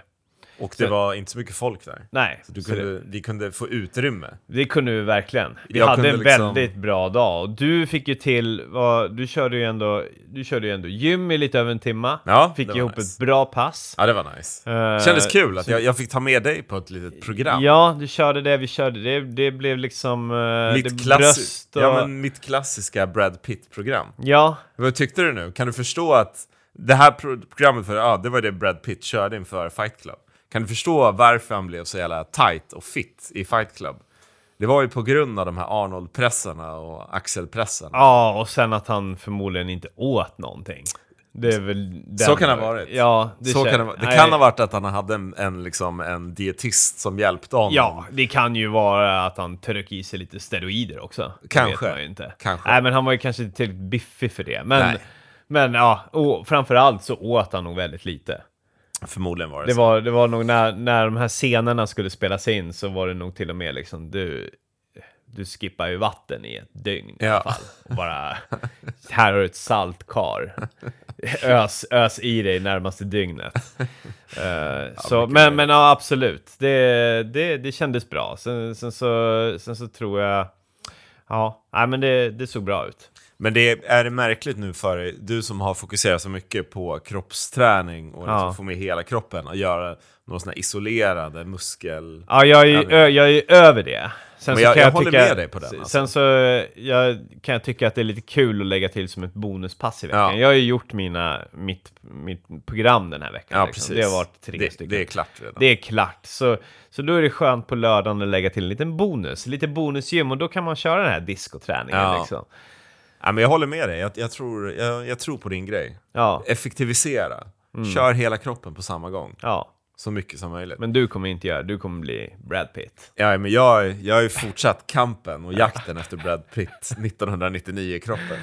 B: Och det var inte så mycket folk där.
A: Nej,
B: Du
A: så det,
B: kunde, vi kunde få utrymme.
A: det kunde vi verkligen. Vi
B: Jag
A: hade
B: kunde
A: en
B: liksom-
A: väldigt bra dag. Och du fick ju till, vad, du, körde ju ändå, du körde ju ändå gym i lite över en timma.
B: Ja, det
A: fick
B: var
A: ihop
B: nice.
A: ett bra pass.
B: Ja, det var nice.
A: Eh,
B: Kändes kul att jag, jag fick ta med dig på ett litet program.
A: Ja, du körde det, vi körde det. Det blev liksom... eh, det
B: mitt,
A: bröst
B: klassi-
A: och...
B: ja, men mitt klassiska Brad Pitt-program.
A: ja,
B: Vad tyckte du nu? Kan du förstå att det här pro- programmet, för, ja, det var det Brad Pitt körde inför Fight Club. Kan du förstå varför han blev så jävla tight och fit i Fight Club? Det var ju på grund av de här Arnold-pressarna och axelpressarna.
A: Ja, och sen att han förmodligen inte åt någonting. Det är väl den,
B: Så kan det ha varit.
A: Ja,
B: så
A: kän-
B: kan det, vara. det
A: Nej,
B: kan ha varit att han hade en, en, liksom, en dietist som hjälpte honom.
A: Ja, det kan ju vara att han tryckte i sig lite steroider också.
B: Kanske.
A: Det vet man ju inte.
B: Kanske.
A: Nej, men han var ju kanske inte tillräckligt biffig för det. Men,
B: Nej.
A: men ja, och framförallt så åt han nog väldigt lite.
B: Förmodligen var det,
A: Det
B: så.
A: var, det var nog när, när de här scenerna skulle spelas in så var det nog till och med liksom du, du skippar ju vatten i ett dygn i alla
B: Ja.
A: fall. Och bara, här har du ett saltkar. Ös, ös i dig närmaste dygnet. Eh, så, men, men ja, absolut, det, det, det kändes bra. Sen, sen, så, sen så tror jag, ja, nej, men det, det såg bra ut.
B: Men det, är det märkligt nu för dig, du som har fokuserat så mycket på kroppsträning och liksom
A: Ja.
B: få med hela kroppen, att göra några sådana här isolerade muskel...
A: Ja, jag är ju, ö, jag är ju över det. Sen
B: Men jag-
A: kan
B: jag håller
A: tycka-
B: med dig på den, alltså.
A: Sen så jag, kan jag tycka att det är lite kul att lägga till som ett bonuspass i veckan.
B: Ja.
A: Jag har ju gjort mina, mitt, mitt program den här veckan. liksom. Det har varit tre
B: det,
A: stycken.
B: Det är klart redan.
A: Det är klart. Så, så då är det skönt på lördagen att lägga till en liten bonus. Lite bonusgym och då kan man köra den här diskoträningen
B: Ja.
A: liksom.
B: Ja, men jag håller med dig, jag, jag, tror, jag, jag tror på din grej.
A: Ja. Mm.
B: Effektivisera. Kör hela kroppen på samma gång,
A: ja.
B: så mycket som möjligt.
A: Men du kommer inte göra det. Du kommer bli Brad Pitt.
B: Ja, men jag, jag har ju fortsatt kampen och jakten efter Brad Pitt 1999-kroppen.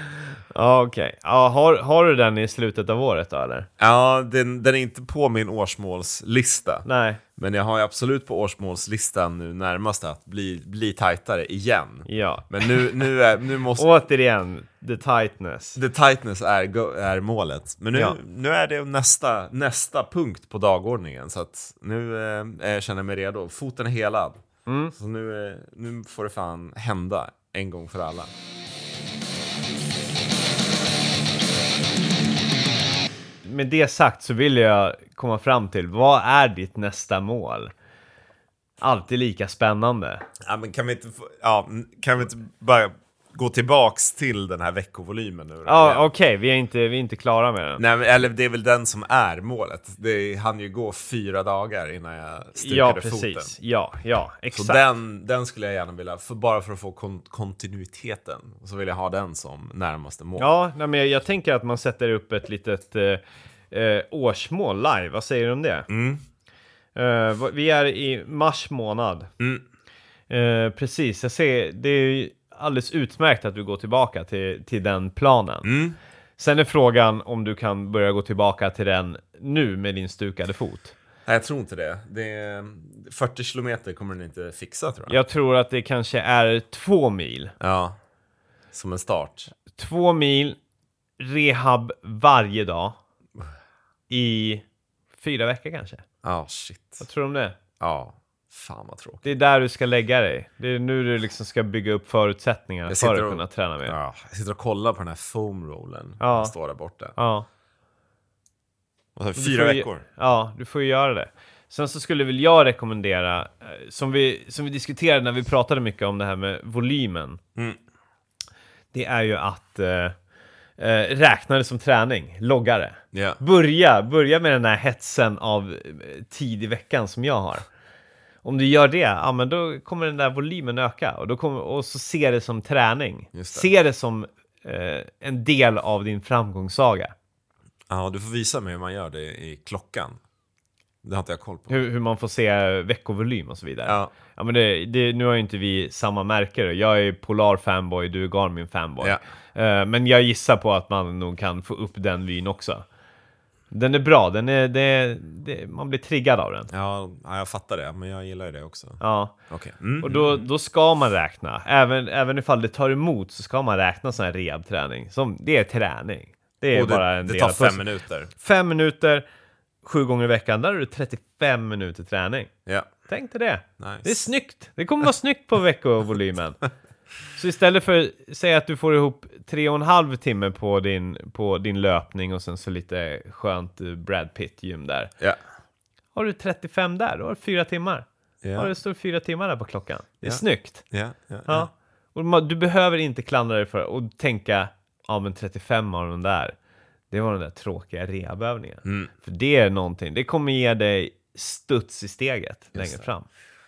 A: Ja, okej. Ja, har, har du den i slutet av året då, eller?
B: Ja, den, den är inte på min årsmålslista.
A: Nej.
B: Men jag har ju absolut på årsmålslistan nu närmast att bli, bli tajtare igen.
A: Ja.
B: Men nu, nu, är, nu måste...
A: Återigen, the tightness.
B: The tightness är, go- är målet. Men nu,
A: Ja.
B: nu är det nästa, nästa punkt på dagordningen. Så att nu eh, jag känner jag mig redo. Foten är helad. Så nu, eh, nu får det fan hända en gång för alla.
A: Med det sagt så vill jag komma fram till, vad är ditt nästa mål? Alltid lika spännande.
B: Ja, men kan, vi inte få, ja, m- kan vi inte bara gå tillbaks till den här veckovolymen nu? då?
A: Ja, okej, vi, är inte- vi är inte klara med den.
B: Nej, men, eller det är väl den som är målet. Det hann ju gå fyra dagar innan jag stukade
A: Ja,
B: foten.
A: precis. Ja, ja,
B: Så
A: exakt.
B: den, den skulle jag gärna vilja, för bara för att få kon- kontinuiteten, så vill jag ha den som närmaste mål.
A: Ja, nej, men jag, jag tänker att man sätter upp ett litet eh, eh, årsmål live. Vad säger du om det? Eh, vad- vi är i mars månad. Eh, precis, jag ser, det är ju alldeles utmärkt att du går tillbaka till, till den planen. Sen är frågan om du kan börja gå tillbaka till den nu med din stukade fot.
B: Nej, jag tror inte det. det är, 40 kilometer kommer den inte fixa tror jag.
A: Jag tror att det kanske är två mil.
B: Ja. Som en start.
A: Två mil rehab varje dag i fyra veckor kanske.
B: Ja, shit.
A: Vad tror du om det?
B: Ja, fan vad tråkigt.
A: Det är där du ska lägga dig. Det är nu du liksom ska bygga upp förutsättningarna
B: Jag
A: för
B: sitter
A: att
B: och-
A: kunna träna mer. Ja.
B: Ja, jag sitter och kollar på den här foam rollen.
A: Ja.
B: Den står där borta.
A: Ja.
B: Och så
A: Du
B: Fyra
A: får ju-
B: veckor.
A: Ja, du får ju göra det. Sen så skulle väl jag rekommendera, eh, som vi, som vi diskuterade när vi pratade mycket om det här med volymen.
B: Mm.
A: Det är ju att eh, eh, räkna det som träning, logga det.
B: Ja.
A: Börja, börja med den här hetsen av eh, tid i veckan som jag har. Om du gör det, ja men då kommer den där volymen öka och, då kommer, och så se det som träning.
B: Just det.
A: Se det som eh, en del av din framgångssaga.
B: Ja, du får visa mig hur man gör det i klockan. Det har inte jag koll på.
A: Hur, hur man får se veckovolym och så vidare.
B: Ja.
A: Ja, men det, det, nu har ju inte vi samma märke. då. Jag är Polar fanboy, du är Garmin fanboy.
B: Ja.
A: Eh, men jag gissar på att man nog kan få upp den vyn också. Den är bra, den är, det, det, man blir triggad av den.
B: Ja, ja, jag fattar det, men jag gillar ju det också.
A: Ja.
B: Okej. Mm.
A: Och då, då ska man räkna. Även, även ifall det tar emot så ska man räkna sån här rehabträning. Som, det är träning. Det är
B: Och
A: bara
B: det,
A: en
B: det
A: del
B: tar
A: av
B: fem
A: pusslet.
B: minuter.
A: Fem minuter, sju gånger i veckan, där har du 35 minuter träning.
B: Ja.
A: Tänk dig det.
B: Nice.
A: Det är snyggt. Det kommer vara snyggt på veckovolymen. Så istället för, säg att du får ihop tre och en halv timme på din, på din löpning och sen så lite skönt eh, Brad Pitt-gym där.
B: Ja.
A: Har du 35 där, då har du fyra timmar.
B: Ja.
A: Har du står fyra timmar där på klockan. Det är
B: Ja.
A: snyggt.
B: Ja, ja,
A: Ja.
B: ja.
A: Och man, du behöver inte klandra dig för och tänka, ja men 35 av den där, det var den där tråkiga rehabövningen. För det är någonting, det kommer ge dig studs i steget längre fram.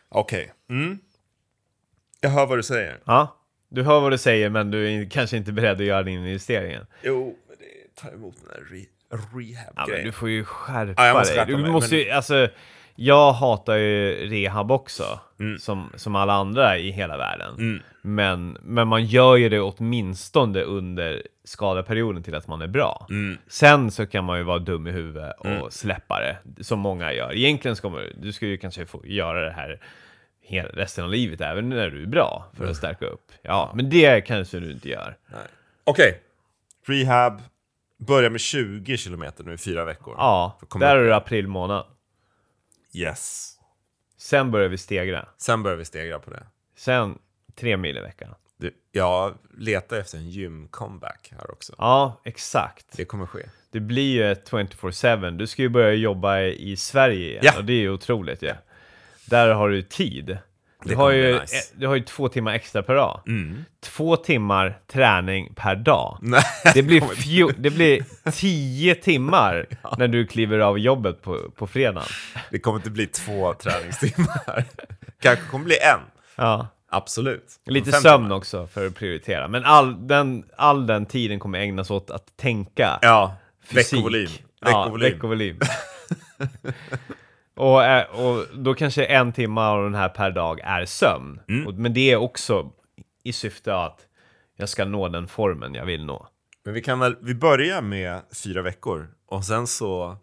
B: Okej. Mm. Jag hör vad du säger.
A: Ja, du hör vad du säger men du är kanske inte beredd att göra den investeringen.
B: Jo, men det tar emot den där re
A: Ja, men
B: rehab-grejen.
A: du får ju skärpa
B: Ja, jag måste
A: dig.
B: skärpa
A: Du
B: mig,
A: måste
B: men-
A: ju, alltså, jag hatar ju rehab också,
B: Mm.
A: som, som alla andra i hela världen. Men, men man gör ju det åtminstone under skadeperioden till att man är bra.
B: Mm.
A: Sen så kan man ju vara dum i huvudet och släppa det, som många gör. Egentligen ska man, du ska ju kanske få göra det här hela, resten av livet, även när du är bra, för
B: Mm.
A: att stärka upp. Ja, men det kanske du inte gör.
B: Nej. Okej. Rehab. Börja med 20 kilometer nu i fyra veckor.
A: Ja,
B: För att komma
A: där
B: upp.
A: är det april månad.
B: Yes.
A: Sen börjar vi stegra.
B: Sen börjar vi stegra på det.
A: Sen tre mil i veckan.
B: Du, jag letar efter en gym-comeback här också.
A: Ja, exakt.
B: Det kommer ske.
A: Det blir ju ett 24-7. Du ska ju börja jobba i i Sverige igen.
B: Ja.
A: Och det är ju otroligt ju. Där har du tid. Du
B: Det
A: har,
B: kommer bli
A: ju,
B: nice. Mm.
A: eh, du har ju två timmar extra per dag. Två timmar träning per dag.
B: Nej.
A: Det blir, fjo- det blir tio timmar när du kliver av jobbet på, på fredagen.
B: Det kommer inte bli två träningstimmar. Kanske kommer bli en.
A: Ja.
B: Absolut.
A: Lite
B: Fem
A: sömn
B: timmar.
A: också för att prioritera. Men all den, all den tiden kommer ägnas åt att tänka.
B: Ja.
A: fysik.
B: Veckovolym.
A: Ja,
B: Veckovolym.
A: veckovolym. och, eh, och då kanske en timme av den här per dag är sömn.
B: Mm.
A: Och, men det är också i syfte att jag ska nå den formen jag vill nå.
B: Men vi kan väl, vi börjar med fyra veckor och sen så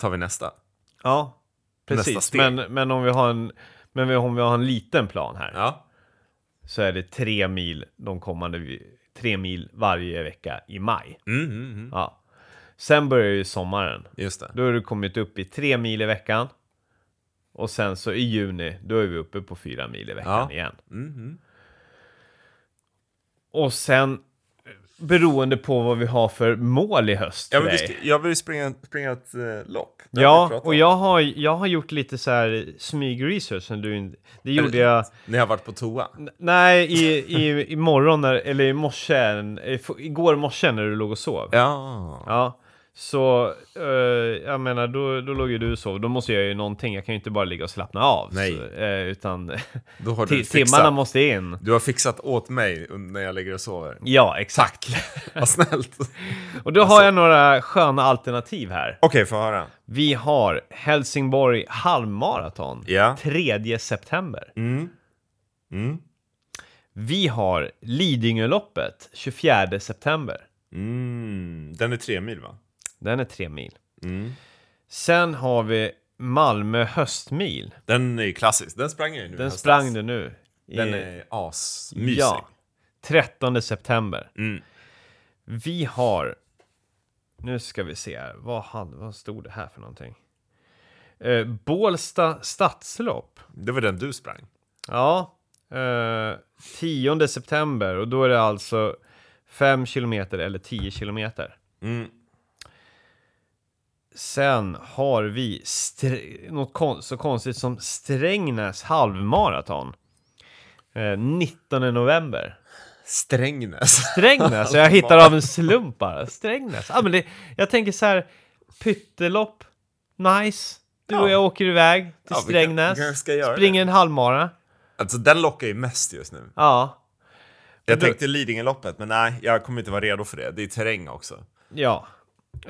B: tar vi nästa.
A: Ja,
B: Nästa
A: precis.
B: steg.
A: Men, men, om vi har en, men om vi har en liten plan här
B: Ja.
A: så är det tre mil de kommande vi- tre mil varje vecka i maj.
B: Mm, mm, mm.
A: Ja. Sen börjar ju sommaren.
B: Just det.
A: Då har du kommit upp i tre mil i veckan. Och sen så i juni, då är vi uppe på fyra mil i veckan
B: Ja.
A: igen.
B: Mm, mm.
A: Och sen, beroende på vad vi har för mål i höst
B: Ja,
A: för
B: men vi
A: dig.
B: ska, jag vill ju springa, springa ett eh, lopp. Det har vi
A: Ja,
B: pratat
A: och
B: om.
A: jag har, jag har gjort lite så här smygresearch. som Du, in- det gjorde jag...
B: När jag varit på toa.
A: N- Nej, i, i, i morgon, när, eller i morse, eh, f- igår morse när du låg och sov.
B: Ja.
A: Ja, så eh, jag menar, då, då låg ju du och sov. Då måste jag ju någonting. Jag kan ju inte bara ligga och slappna av.
B: Nej.
A: Så, eh, utan
B: Då har du
A: ti-
B: fixat.
A: timmarna måste in.
B: Du har fixat åt mig när jag ligger och sover.
A: Ja, exakt.
B: Vad snällt.
A: Och då
B: Alltså-
A: har jag några sköna alternativ här.
B: Okej, få höra.
A: Vi har Helsingborg halvmaraton
B: Ja.
A: 3 september.
B: Mm. Mm.
A: Vi har Lidingöloppet 24 september.
B: Mm. Den är tre mil, va?
A: Den är tre mil.
B: Mm.
A: Sen har vi Malmö höstmil.
B: Den är ju klassisk. Den sprang jag ju nu. i
A: Den
B: höstas.
A: sprang du nu. i-
B: Den är asmysig.
A: Ja. 13 september.
B: Mm.
A: Vi har... Nu ska vi se här. Vad, hade, vad stod det här för någonting? Eh, Bålsta stadslopp.
B: Det var den du sprang.
A: Ja. Eh, 10 september. Och då är det alltså 5 kilometer eller 10 kilometer.
B: Mm.
A: Sen har vi str- något kon- så konstigt som Strängnäs halvmaraton. Eh, 19 november.
B: Strängnäs.
A: Strängnäs, jag hittar av en slump bara. Strängnäs. Ah, men det, jag tänker så här, pyttelopp, nice. Du och
B: Ja.
A: jag åker iväg till
B: Ja, vi kan- vi
A: Strängnäs,
B: kanske ska göra
A: springer en halvmara.
B: Alltså den lockar ju mest just nu.
A: Ja.
B: Jag tänkte Lidingöloppet, men nej, jag kommer inte vara redo för det. Det är terräng också.
A: Ja.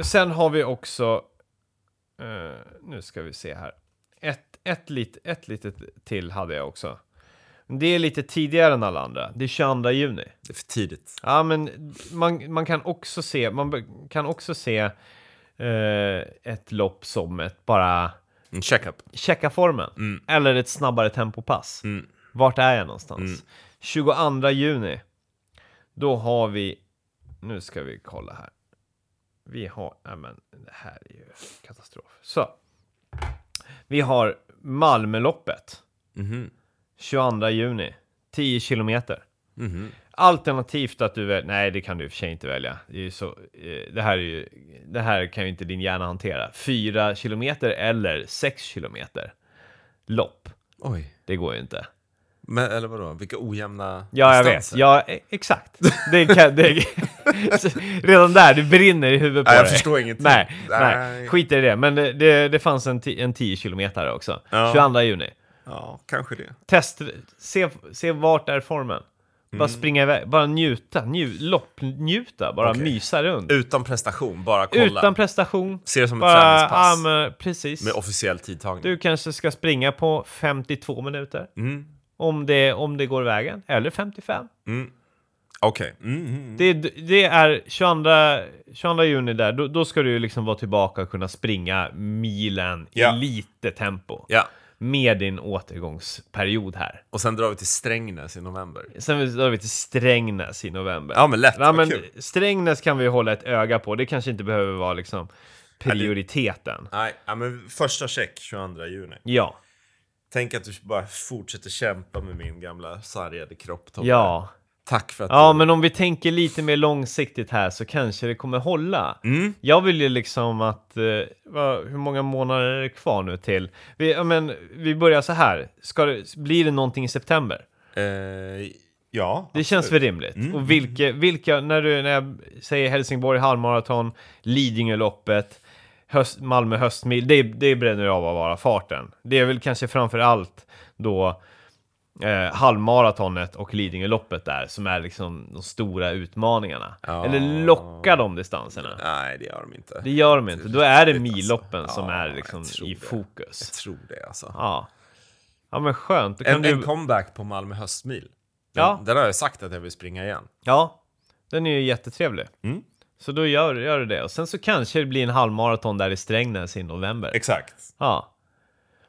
A: Sen har vi också... eh, nu ska vi se här. Ett, ett, lit, ett litet till hade jag också. Det är lite tidigare än alla andra. Det är 22 juni.
B: Det är för tidigt.
A: Ja, men man, man kan också se, man be- kan också se eh, ett lopp som ett bara
B: En checkup.
A: checka formen.
B: Mm.
A: Eller ett snabbare tempopass.
B: Mm.
A: Vart är jag någonstans? 22 juni. Då har vi, nu ska vi kolla här. Vi har, ja men det här är ju katastrof. Så. Vi har Malmöloppet.
B: Mhm.
A: 22 juni. 10 kilometer.
B: Mhm.
A: Alternativt att du väljer, nej det kan du i och för sig inte välja. Det, är ju så, eh, det, här är ju, det här kan ju inte din hjärna hantera. 4 kilometer eller 6 kilometer lopp.
B: Oj.
A: Det går ju inte.
B: Men, eller vadå? Vilka ojämna
A: Ja, jag vet.
B: distanser.
A: Ja, e- exakt. Det kan, det, redan där, det brinner i huvudet på
B: Nej, jag
A: dig.
B: förstår ingenting.
A: Nej, nej.
B: Nej.
A: skit i det. Men det, det, det fanns en, ti- en 10 kilometer också.
B: Ja.
A: 22 juni.
B: Ja, kanske det.
A: Test, se, se vart är formen. Bara
B: Mm.
A: springa iväg, bara njuta, nju, loppnjuta, bara
B: Okej.
A: mysa runt.
B: Utan prestation, bara kolla.
A: Utan prestation.
B: Ser det som ett
A: Bara, ja,
B: träningspass.
A: men, precis.
B: Med officiell tidtagning.
A: Du kanske ska springa på 52 minuter.
B: Mm.
A: Om det, om det går vägen. Eller 55.
B: Okej. Mm, mm,
A: Det, det är 22, 22 juni där, då, då ska du ju liksom vara tillbaka och kunna springa milen
B: Ja.
A: i lite tempo.
B: Ja.
A: Med din återgångsperiod här.
B: Och sen drar vi till Strängnäs i november.
A: Sen drar vi till Strängnäs i november.
B: Ja, men lätt.
A: Ja,
B: Vad
A: men
B: kul.
A: Strängnäs kan vi hålla ett öga på, det kanske inte behöver vara liksom prioriteten.
B: Nej, ja, men första check 22 juni.
A: Ja,
B: Tänk att du bara fortsätter kämpa med min gamla sargade kropp. Tobbe.
A: ja.
B: Tack för att
A: Ja,
B: du...
A: men om vi tänker lite mer långsiktigt här så kanske det kommer hålla. Jag vill ju liksom att, eh, vad- hur många månader är det kvar nu till? Vi, ja, men, vi börjar så här, Ska det, blir det någonting i september?
B: Eh, ja.
A: Det känns väl rimligt?
B: Mm.
A: Och vilka, vilka när, du, när jag säger Helsingborg halvmaraton, Lidingöloppet, höst, Malmö höstmil, det, det bränner jag av av bara farten. Det är väl kanske framför allt då eh, halvmaratonet och Lidingöloppet där som är liksom de stora utmaningarna.
B: Ja.
A: Eller lockar de distanserna?
B: Nej, det gör de inte.
A: Det gör de inte. Då är det
B: Riktigt, alltså.
A: milloppen som
B: Ja,
A: är
B: jag
A: liksom
B: tror
A: i
B: det. Jag
A: fokus.
B: tror det alltså.
A: Ja. ja, men skönt. Då kan
B: En,
A: du...
B: en comeback på Malmö höstmil. Den,
A: Ja.
B: den har jag sagt att jag vill springa igen.
A: Ja, den är ju jättetrevlig.
B: Mm.
A: Så då gör, gör du det. Och sen så kanske det blir en halvmaraton där i Strängnäs i november.
B: Exakt.
A: Ja.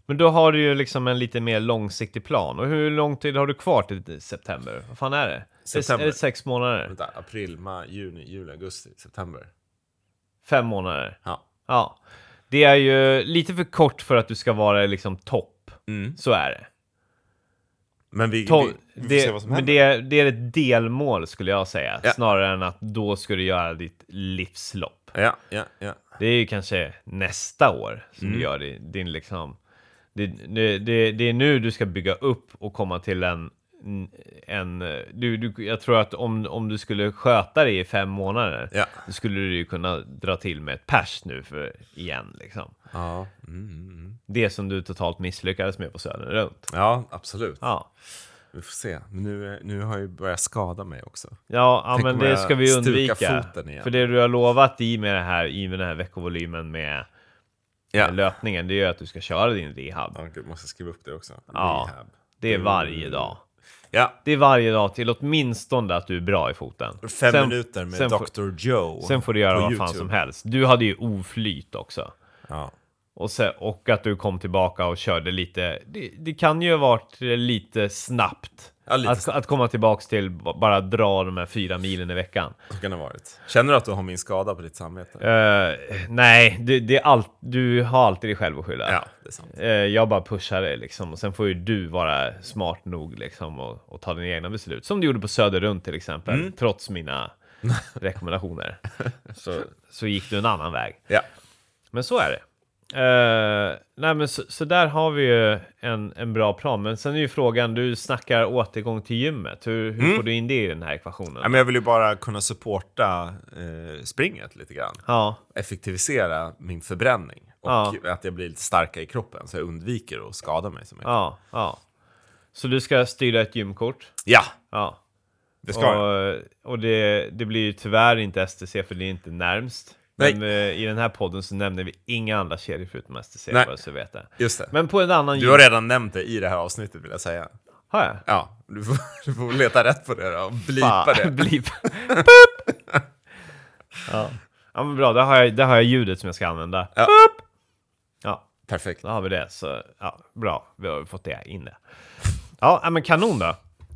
A: Men då har du ju liksom en lite mer långsiktig plan. Och hur lång tid har du kvar till september? Vad fan är det?
B: September.
A: Är det sex månader?
B: Vänta, april, maj, juni, juli, augusti, september.
A: Fem månader?
B: Ja.
A: Ja. Det är ju lite för kort för att du ska vara liksom topp.
B: Mm.
A: Så är det.
B: Men vi,
A: Tolv-
B: vi, vi får se
A: det,
B: vad som
A: men
B: händer.
A: det, är- det är ett delmål skulle jag säga.
B: Ja.
A: Snarare än att då ska du göra ditt livslopp.
B: Ja, ja, ja.
A: Det är ju kanske nästa år som
B: Mm.
A: du gör din, din liksom... Det, det, det, det är nu du ska bygga upp och komma till en... en du, du, jag tror att om, om du skulle sköta det i fem månader,
B: Ja.
A: då skulle du ju kunna dra till med ett pers nu för, igen. Liksom.
B: Ja. Mm, mm, mm.
A: Det som du totalt misslyckades med på Södern runt.
B: ja, absolut.
A: Ja,
B: Vi får se. Men nu, är- nu har jag ju börjat skada mig också.
A: ja, ja
B: Tänk
A: men
B: om
A: det
B: jag
A: ska vi
B: stukar
A: undvika.
B: foten igen.
A: För det du har lovat i med, det här, i med den här veckovolymen med,
B: Ja.
A: med löpningen, det är ju att du ska köra din rehab.
B: Ja, gud, måste jag skriva upp det också.
A: Ja.
B: Rehab.
A: Det är varje dag.
B: Ja.
A: Det är varje dag till åtminstone att du är bra i foten.
B: Fem
A: Sen-
B: minuter med
A: sen får-
B: Dr. Joe
A: Sen får du göra
B: på
A: vad fan
B: YouTube.
A: som helst. Du hade ju oflyt också.
B: Ja.
A: Och, se, och att du kom tillbaka och körde lite. Det, det kan ju ha varit eh, lite snabbt.
B: Ja, lite
A: att,
B: snabbt.
A: att komma tillbaka till b- bara dra de här fyra milen i veckan.
B: Så kan det ha varit. Känner du att du har min skada på ditt samvete?
A: Eh, nej, det, det är allt, du har alltid dig själv att skylla.
B: Ja, det är sant.
A: Eh, jag bara pushar dig liksom. Och sen får ju du vara smart nog liksom och, och ta dina egna beslut. Som du gjorde på Söder runt till exempel. Trots mina rekommendationer. så, så gick du en annan väg.
B: Ja.
A: Men så är det. Eh, nej men så, så där har vi ju en, en bra plan. Men sen är ju frågan, du snackar återgång till gymmet. Hur, hur får du in det i den här ekvationen?
B: Ja, men jag vill ju bara kunna supporta eh, springet lite grann.
A: Ja,
B: Effektivisera min förbränning och
A: Ja.
B: att jag blir lite starkare i kroppen så jag undviker att skada mig så mycket.
A: ja, ja. Så du ska styra ett gymkort?
B: Ja,
A: Ja.
B: Det ska jag.
A: Och, och det, det blir ju tyvärr inte STC för det är inte närmst.
B: Nej.
A: Men eh, i den här podden så nämner vi inga andra kedjor förutom STC,
B: Nej.
A: bara så du vet det.
B: Just det.
A: Men på en annan
B: Du har redan nämnt det i det här avsnittet vill jag säga.
A: har jag?
B: Ja, du får, du får leta rätt på det då och blipa
A: Fan,
B: det.
A: Blip. Boop. ja. ja, men bra. Där har, jag, där har jag ljudet som jag ska använda.
B: Ja.
A: Boop. Ja,
B: Perfekt.
A: då har vi det. Så ja, bra, vi har fått det inne. Ja, ja, men kanon då.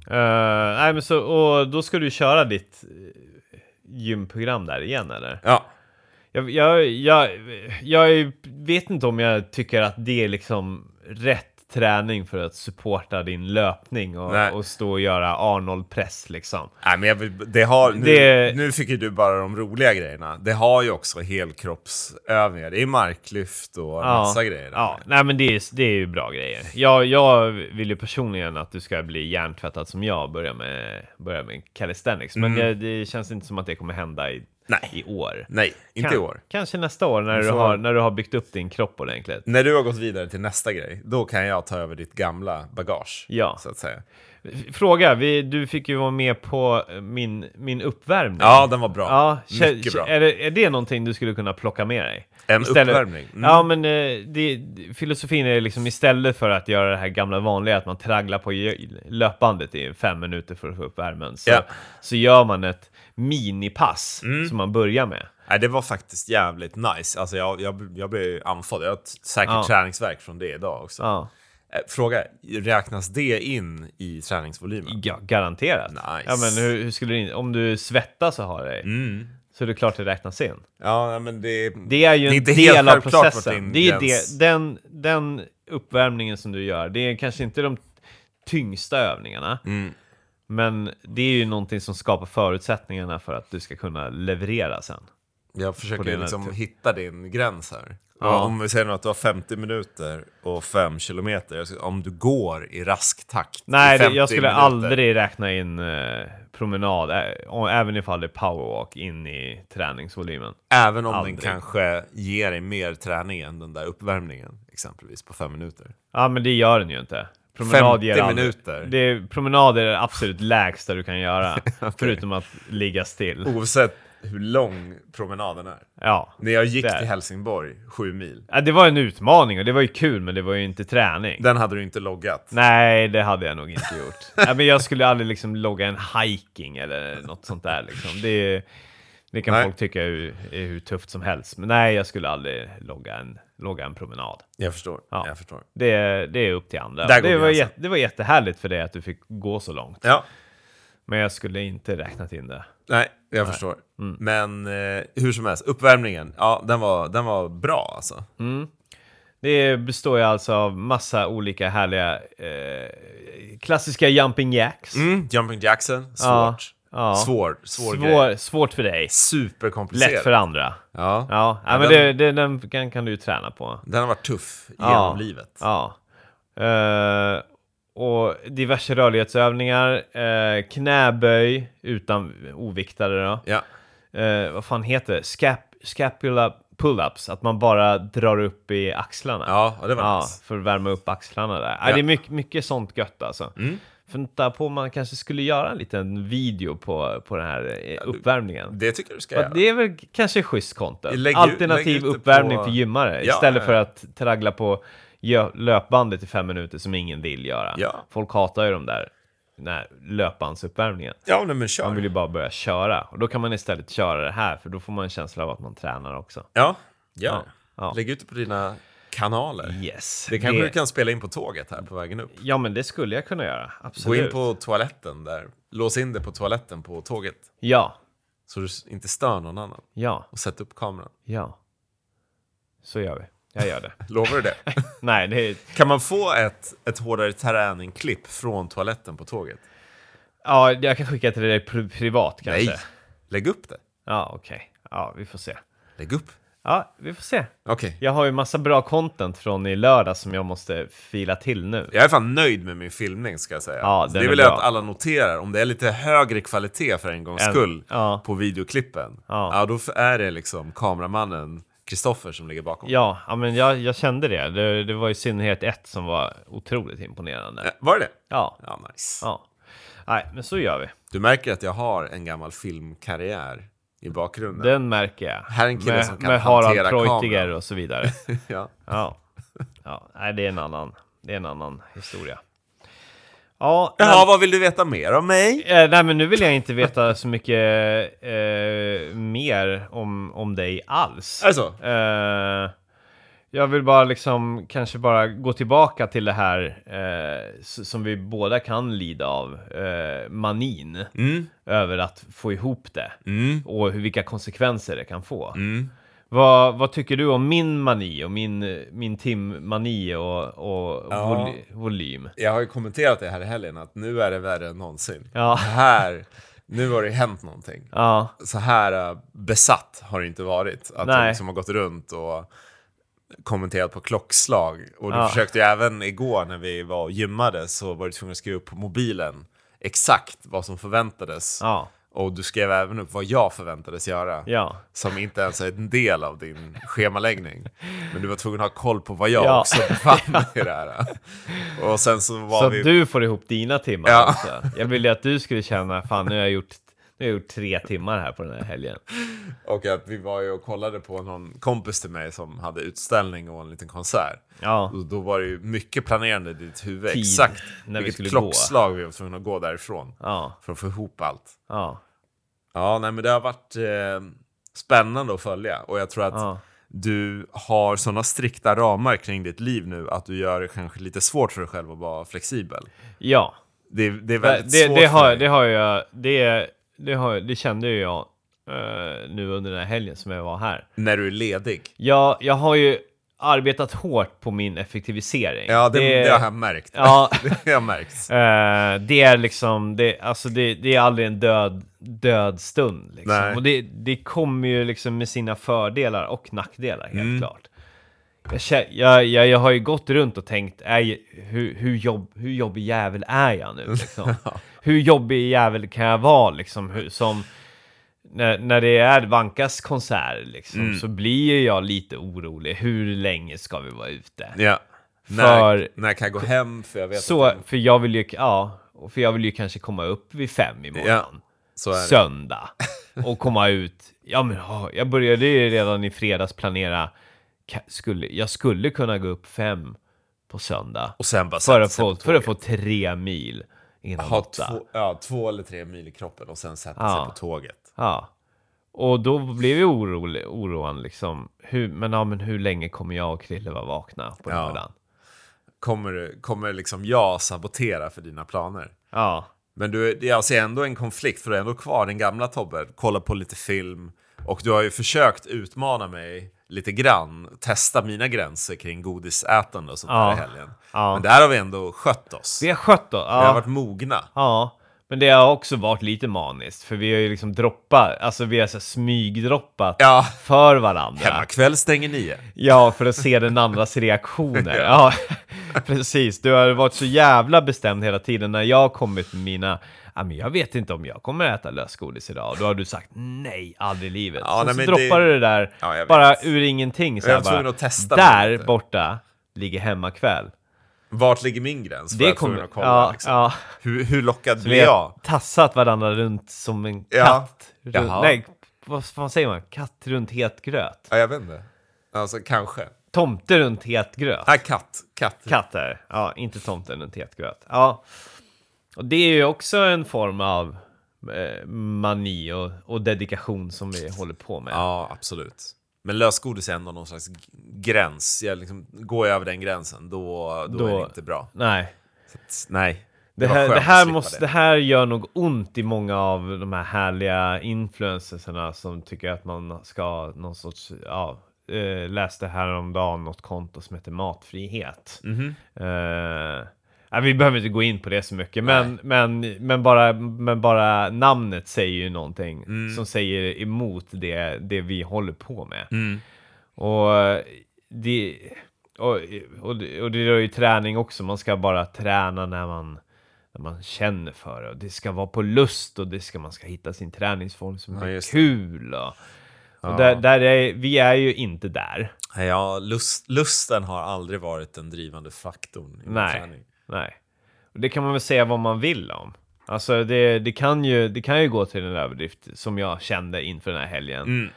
A: Eh, nej, men så, och då ska du köra ditt eh, gymprogram där igen eller?
B: Ja,
A: Jag, jag, jag, jag vet inte om jag tycker att det är liksom rätt träning för att supporta din löpning
B: Nej.
A: och, och stå och göra Arnold-press liksom.
B: Nej, men jag, vill- det har, nu,
A: Det-
B: nu fick ju du bara de roliga grejerna. Det har ju också helkroppsövningar. Det är marklyft och massa grejer. där.
A: Ja, nej men det är, det är ju bra grejer. Jag, jag vill ju personligen att du ska bli hjärntvättad som jag och börja med, börja med calisthenics.
B: Mm.
A: Men det, det känns inte som att det kommer hända i,
B: Nej.
A: i år.
B: Nej, inte
A: Kan-
B: i år.
A: Kanske nästa år när du,
B: får-
A: har, när du har byggt upp din kropp ordentligt.
B: När du har gått vidare till nästa grej, då kan jag ta över ditt gamla bagage.
A: Ja.
B: Så att säga.
A: Fråga, vi, du fick ju vara med på eh, min, min uppvärmning.
B: Ja, den var bra.
A: Ja, kä-
B: Mycket
A: kä-
B: bra.
A: Är, det, är det någonting du skulle kunna plocka med dig?
B: En uppvärmning? Mm.
A: Ja, men eh, det, filosofin är liksom istället för att göra det här gamla vanliga att man tragglar på gö- löpbandet i fem minuter för att få upp värmen så,
B: Ja. Mm.
A: så gör man ett minipass som man börjar med.
B: Nej, det var faktiskt jävligt nice. Alltså, jag, jag, jag blev andfådd. Jag har t- säkert
A: Ja.
B: träningsvärk från det idag också.
A: Ja,
B: Eh, Fråga, räknas det in i träningsvolymen?
A: ja garanterat.
B: Nice. Mm.
A: Ja, men hur, hur skulle du, om du svettas och har dig, så är det klart det räknas in.
B: Ja, nej, men det...
A: Det är ju
B: Det är
A: en
B: inte helt
A: del av
B: självklart vart
A: processen.
B: din
A: Det är
B: gräns-
A: det, den, den uppvärmningen som du gör, det är kanske inte de tyngsta övningarna.
B: Mm.
A: Men det är ju någonting som skapar förutsättningarna för att du ska kunna leverera sen.
B: Jag
A: på det
B: försöker liksom
A: nätet.
B: hitta din gräns här.
A: Ja.
B: Om vi säger nu att du har 50 minuter och 5 kilometer, jag ska- om du går i rask takt i
A: Nej, det,
B: 50
A: jag skulle
B: minuter.
A: aldrig räkna in eh, promenad, ä- och även ifall det är powerwalk, in i träningsvolymen.
B: Även om
A: aldrig.
B: den kanske ger dig mer träning än den där uppvärmningen, exempelvis på 5 minuter.
A: Ja, men det gör den ju inte. Promenad ger
B: 50
A: aldrig-
B: minuter.
A: Det är, promenad är det absolut lägsta du kan göra, förutom att ligga still.
B: Oavsett hur lång promenaden är.
A: Ja.
B: När jag gick
A: Där.
B: till Helsingborg, 7 mil,
A: Ja, det var en utmaning och det var ju kul, men det var ju inte träning.
B: den hade du inte loggat.
A: Nej, det hade jag nog inte gjort. Nej, men jag skulle aldrig liksom logga en hiking eller något sånt där. Liksom. Det, det kan
B: Nej.
A: folk tycka är, hur- är hur tufft som helst, men nej, jag skulle aldrig logga en, logga en promenad.
B: Jag förstår.
A: Ja.
B: Jag förstår.
A: Det, det är upp till andra.
B: Där går
A: Det var,
B: gränsen.
A: jätte, det var jättehärligt för dig att du fick gå så långt,
B: Ja,
A: men jag skulle inte räknat in det.
B: Nej, jag förstår.
A: Mm.
B: Men eh, hur som helst, uppvärmningen, ja, den var, den var bra alltså.
A: Mm. Det består ju alltså av massa olika härliga eh, klassiska jumping jacks.
B: Mm, jumping Jackson,
A: Ja,
B: svårt.
A: ja.
B: Svår, svår, grej.
A: Svår, svårt för dig,
B: Superkomplicerad.
A: lätt för andra.
B: Ja.
A: Ja, ja, men det,
B: den-
A: det, den kan, kan du ju träna på.
B: Den har varit tuff genom
A: Ja.
B: livet.
A: Ja. Eh, och diverse rörlighetsövningar, eh, knäböj utan oviktade då.
B: Ja.
A: Eh, vad fan heter det? Scap, scapula pull-ups, att man bara drar upp i axlarna.
B: Ja, och det var
A: Ja,
B: nice.
A: för att värma upp axlarna där. Ja.
B: Ja. Mm.
A: det är mycket, mycket sånt gött alltså. Fundera på om man kanske skulle göra en liten video på, på den här eh, uppvärmningen.
B: Det tycker jag du ska
A: Ja,
B: göra.
A: det är väl kanske schysst content.
B: Lägg ut- lägg
A: Alternativ
B: ut det
A: uppvärmning
B: på-
A: för gymmare
B: Ja,
A: istället
B: ja.
A: för att traggla på gö- löpbandet i fem minuter som ingen vill göra.
B: Ja.
A: Folk hatar ju de där den här löpbandsuppvärmningen.
B: Ja, nej, men
A: Man
B: kör.
A: vill ju bara börja köra och då kan man istället köra det här för då får man en känsla av att man tränar också.
B: Ja, gör
A: Ja,
B: det.
A: ja.
B: Lägg ut det på dina kanaler.
A: Yes.
B: Det kanske du kan spela in på tåget här på vägen upp.
A: Ja, men det skulle jag kunna göra.
B: Gå
A: Absolut.
B: in på toaletten där. Lås in det på toaletten på tåget.
A: Ja,
B: Så du s- inte stör någon annan.
A: ja,
B: Och sätt upp kameran.
A: ja. Så gör vi. Jag gör det.
B: Lovar du det?
A: Nej, det är...
B: Kan man få ett, ett hårdare terräning-klipp från toaletten på tåget?
A: Ja, jag kan skicka till dig pri- privat kanske.
B: Nej, lägg upp det.
A: Ja, okej. Ja, vi får se.
B: Lägg upp.
A: Ja, vi får se.
B: Okej.
A: Jag har ju massa bra content från i lördag som jag måste fila till nu.
B: Jag är fan nöjd med min filmning ska jag säga.
A: Ja,
B: Så
A: den
B: det
A: är
B: vill jag
A: bra.
B: att alla noterar. Om det är lite högre kvalitet för en gångs
A: Än-
B: skull
A: ja.
B: på videoklippen,
A: Ja.
B: ja. då f- är det liksom kameramannen Kristoffer som ligger bakom.
A: Ja, ja men jag, jag kände det. det. Det var i synnerhet ett som var otroligt imponerande.
B: Eh, Var det det?
A: Ja,
B: Ja, nice.
A: ja. Nej, men så gör vi.
B: Du märker att jag har en gammal filmkarriär i bakgrunden.
A: Den märker jag.
B: Här är en kille
A: med,
B: som kan
A: med
B: hantera
A: Harald Treutiger
B: kameran.
A: och så vidare.
B: ja.
A: Ja. ja. Nej, det är en annan, det är en annan historia. Ja,
B: Jaha, vad vill du veta mer om mig?
A: Eh, nej men nu vill jag inte veta så mycket eh, mer om, om dig alls.
B: Alltså,
A: Eh, jag vill bara liksom kanske bara gå tillbaka till det här eh, s- som vi båda kan lida av, eh, manin
B: mm,
A: över att få ihop det
B: mm,
A: och hur, vilka konsekvenser det kan få.
B: mm.
A: Vad, vad tycker du om min mani och min, min timmani och, och
B: Ja.
A: voly, volym?
B: Jag har ju kommenterat det här i helgen att nu är det värre än någonsin.
A: Ja.
B: Det här, nu har det hänt någonting.
A: Ja,
B: Så här eh, besatt har det inte varit. Att du
A: Nej.
B: liksom har gått runt och kommenterat på klockslag. Och du
A: Ja.
B: försökte ju även igår när vi var och gymmade så var du tvungen att skriva upp på mobilen exakt vad som förväntades.
A: ja,
B: Och du skrev även upp vad jag förväntades göra.
A: ja.
B: Som inte ens är en del av din schemaläggning. Men du var tvungen att ha koll på vad jag
A: Ja.
B: också befann mig i det här. Och sen så var
A: Så
B: vi...
A: att du får ihop dina timmar
B: Ja.
A: också. Jag ville att du skulle känna, fan nu har jag gjort, nu har jag gjort tre timmar här på den här helgen.
B: Och att vi var ju och kollade på någon kompis till mig som hade utställning och en liten konsert.
A: Ja,
B: Och då var det ju mycket planerande i ditt huvud.
A: Tid,
B: Exakt
A: när vi
B: vilket
A: skulle
B: klockslag vi var tvungna att gå därifrån.
A: ja,
B: För att få ihop allt.
A: ja,
B: Ja, nej men det har varit eh, spännande att följa. Och jag tror att
A: ja.
B: du har sådana strikta ramar kring ditt liv nu att du gör det kanske lite svårt för dig själv att vara flexibel.
A: ja.
B: Det, det är
A: Det, det,
B: väldigt svårt
A: det,
B: för
A: har,
B: dig.
A: det har jag, det, det, har, det kände ju jag eh, nu under den här helgen som jag var här.
B: När du är ledig.
A: Jag, jag har ju arbetat hårt på min effektivisering.
B: Ja, det, det... har jag märkt.
A: Ja,
B: det har jag märkt.
A: Eh, det är liksom, det, alltså det, det är aldrig en död, död stund.
B: Nej.
A: Liksom. Och det, det kommer ju liksom med sina fördelar och nackdelar, helt klart. Jag, kä- jag, jag, jag har ju gått runt och tänkt, är, jag- hur, hur, jobb, hur jobbig jävel är jag nu? Liksom? hur jobbig jävel kan jag vara? Liksom, hur, som, när, när det är Vankas konsert, liksom, så blir ju jag lite orolig. Hur länge ska vi vara ute?
B: Ja. När,
A: För-
B: när kan jag gå hem? För jag vet
A: Så,
B: att
A: för jag vill ju, ja, och för jag vill ju kanske komma upp vid fem imorgon,
B: så är det.
A: söndag, och komma ut. Ja, men ja, jag började ju redan i fredags planera, ka- skulle, jag skulle kunna gå upp fem på söndag
B: Och sen bara
A: för
B: sätta
A: att,
B: sig
A: få,
B: på
A: för att
B: tåget.
A: få tre mil innan
B: Ha
A: åtta.
B: två, ja, två eller tre mil i kroppen och sen sätta
A: Ja.
B: sig på tåget.
A: Ja. Och då blev jag orolig, oroan liksom, hur, men, ja, men hur länge kommer jag och Krille vara vakna på
B: Ja.
A: lördagen?
B: Kommer, du- kommer liksom jag sabotera för dina planer?
A: Ja.
B: Men du, jag ser ändå en konflikt, för du är ändå kvar den gamla Tobbe. Kolla på lite film. Och du har ju försökt utmana mig lite grann. Testa mina gränser kring godisätande och sånt
A: Ja.
B: där i helgen.
A: Ja.
B: Men där har vi ändå skött oss.
A: Vi har skött då.
B: Vi har
A: Ja.
B: varit mogna.
A: Ja, men det har också varit lite maniskt, för vi har ju liksom droppat, alltså vi har så här smygdroppat
B: Ja.
A: för varandra.
B: Hemmakväll stänger nio.
A: Ja, för att se den andras reaktioner. Ja, precis. Du har varit så jävla bestämd hela tiden när jag har kommit med mina Ja, men jag vet inte om jag kommer äta lösgodis idag. Och då har du sagt nej, aldrig i livet.
B: Ja,
A: Sen
B: nej,
A: så
B: men
A: droppar
B: det-
A: du det där
B: Ja, jag vet.
A: bara ur ingenting. Så
B: Jag
A: här
B: var tvungen
A: bara,
B: att testa mig
A: där
B: lite."
A: borta ligger hemmakväll.
B: Vart ligger min gräns? Var jag tvungen att kolla,
A: ja,
B: liksom.
A: ja.
B: Hur, hur lockad blir
A: Vi
B: jag?
A: har tassat varandra runt som en
B: Ja.
A: katt. Runt,
B: Jaha.
A: nej, vad fan säger man? Katt runt het gröt.
B: Ja, jag vet inte. Alltså kanske.
A: Tomte runt het gröt.
B: Nej, katt. Katt.
A: Katter. Ja, inte tomten runt het gröt. Ja. Och det är ju också en form av eh, mani och, och dedikation som vi håller på med.
B: Ja, absolut. Men lösgodis är ändå någon slags g- gräns. Jag liksom, går jag över den gränsen, då, då, är det
A: Då-
B: inte bra.
A: Nej.
B: Så att, nej.
A: Det
B: var
A: här,
B: skönt
A: det,
B: att
A: här
B: slippa
A: måste, det.
B: det.
A: här gör nog ont i många av de här härliga influencersarna som tycker att man ska ha någon sorts, ja, eh, läste häromdagen något konto som heter Matfrihet.
B: Mhm.
A: Eh, nej, vi behöver inte gå in på det så mycket, men, men, men, bara, men bara namnet säger ju någonting
B: Mm.
A: som säger emot det, det vi håller på med. Och eh, det, och, och, det- och det rör ju träning också. Man ska bara träna när man, när man känner för det. Och det ska vara på lust och det ska, man ska hitta sin träningsform som är
B: just det.
A: kul. Och, och
B: Ja.
A: där, där är, vi är ju inte där.
B: Nej, Ja, lust, lusten har aldrig varit den drivande faktorn i min
A: Nej.
B: träning.
A: Nej. Och det kan man väl säga vad man vill om. Alltså det, det, kan ju, det kan ju gå till en överdrift som jag kände inför den här helgen.
B: Mm.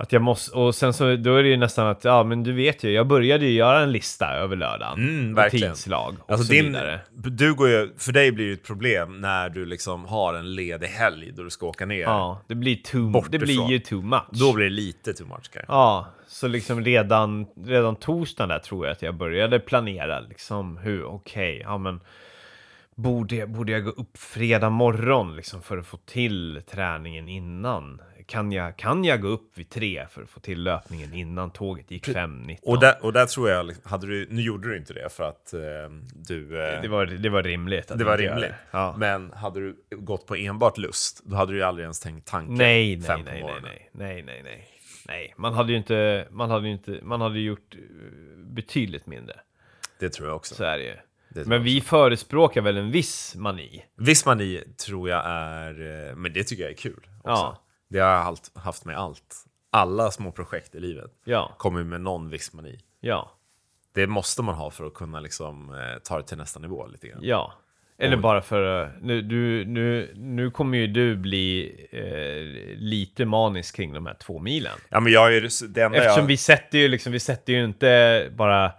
A: Att jag måste, och sen så då är det ju nästan att, ja men du vet ju, jag började ju göra en lista över lördagen.
B: Mm,
A: och
B: verkligen.
A: tidslag och
B: Alltså
A: så
B: din,
A: vidare.
B: du går ju, för dig blir det ett problem när du liksom har en ledig helg då du ska åka ner.
A: Ja, det blir, too,
B: Bort
A: det blir
B: ifrån.
A: ju too much.
B: Då blir det lite too much kanske.
A: Ja, så liksom redan, redan torsdagen där tror jag att jag började planera liksom hur, okej, ja men borde, jag- borde jag gå upp fredag morgon liksom för att få till träningen innan? Kan jag, kan jag gå upp vid tre för att få till löpningen innan tåget gick 5.19?
B: Och, där, och där tror jag, liksom- hade du, nu gjorde du inte det för att eh, du... Eh,
A: det, var, det var rimligt. att
B: det var
A: inte göra
B: rimligt.
A: Ja.
B: Men hade du gått på enbart lust, då hade du ju aldrig ens tänkt tanken.
A: Nej, nej,
B: fem på
A: nej, nej,
B: morgonen.
A: nej, nej, nej, nej, nej. Man hade ju inte, man hade ju inte, man hade ju gjort eh, betydligt mindre.
B: Det tror jag också.
A: Så är det ju.
B: tror
A: Men
B: jag
A: vi förespråkar väl en viss mani?
B: Viss mani tror jag är, eh, men det tycker jag är kul också.
A: Ja.
B: Det har jag halt- haft med allt. Alla små projekt i livet
A: Ja,
B: kommer med någon viss mani.
A: ja,
B: Det måste man ha för att kunna liksom, eh, ta det till nästa nivå lite grann.
A: ja. Eller bara för eh, nu, du, nu, nu kommer ju du bli eh, lite manisk kring de här två milen.
B: Ja, men jag är ju det enda
A: Eftersom
B: jag...
A: vi sätter ju liksom, vi sätter ju inte bara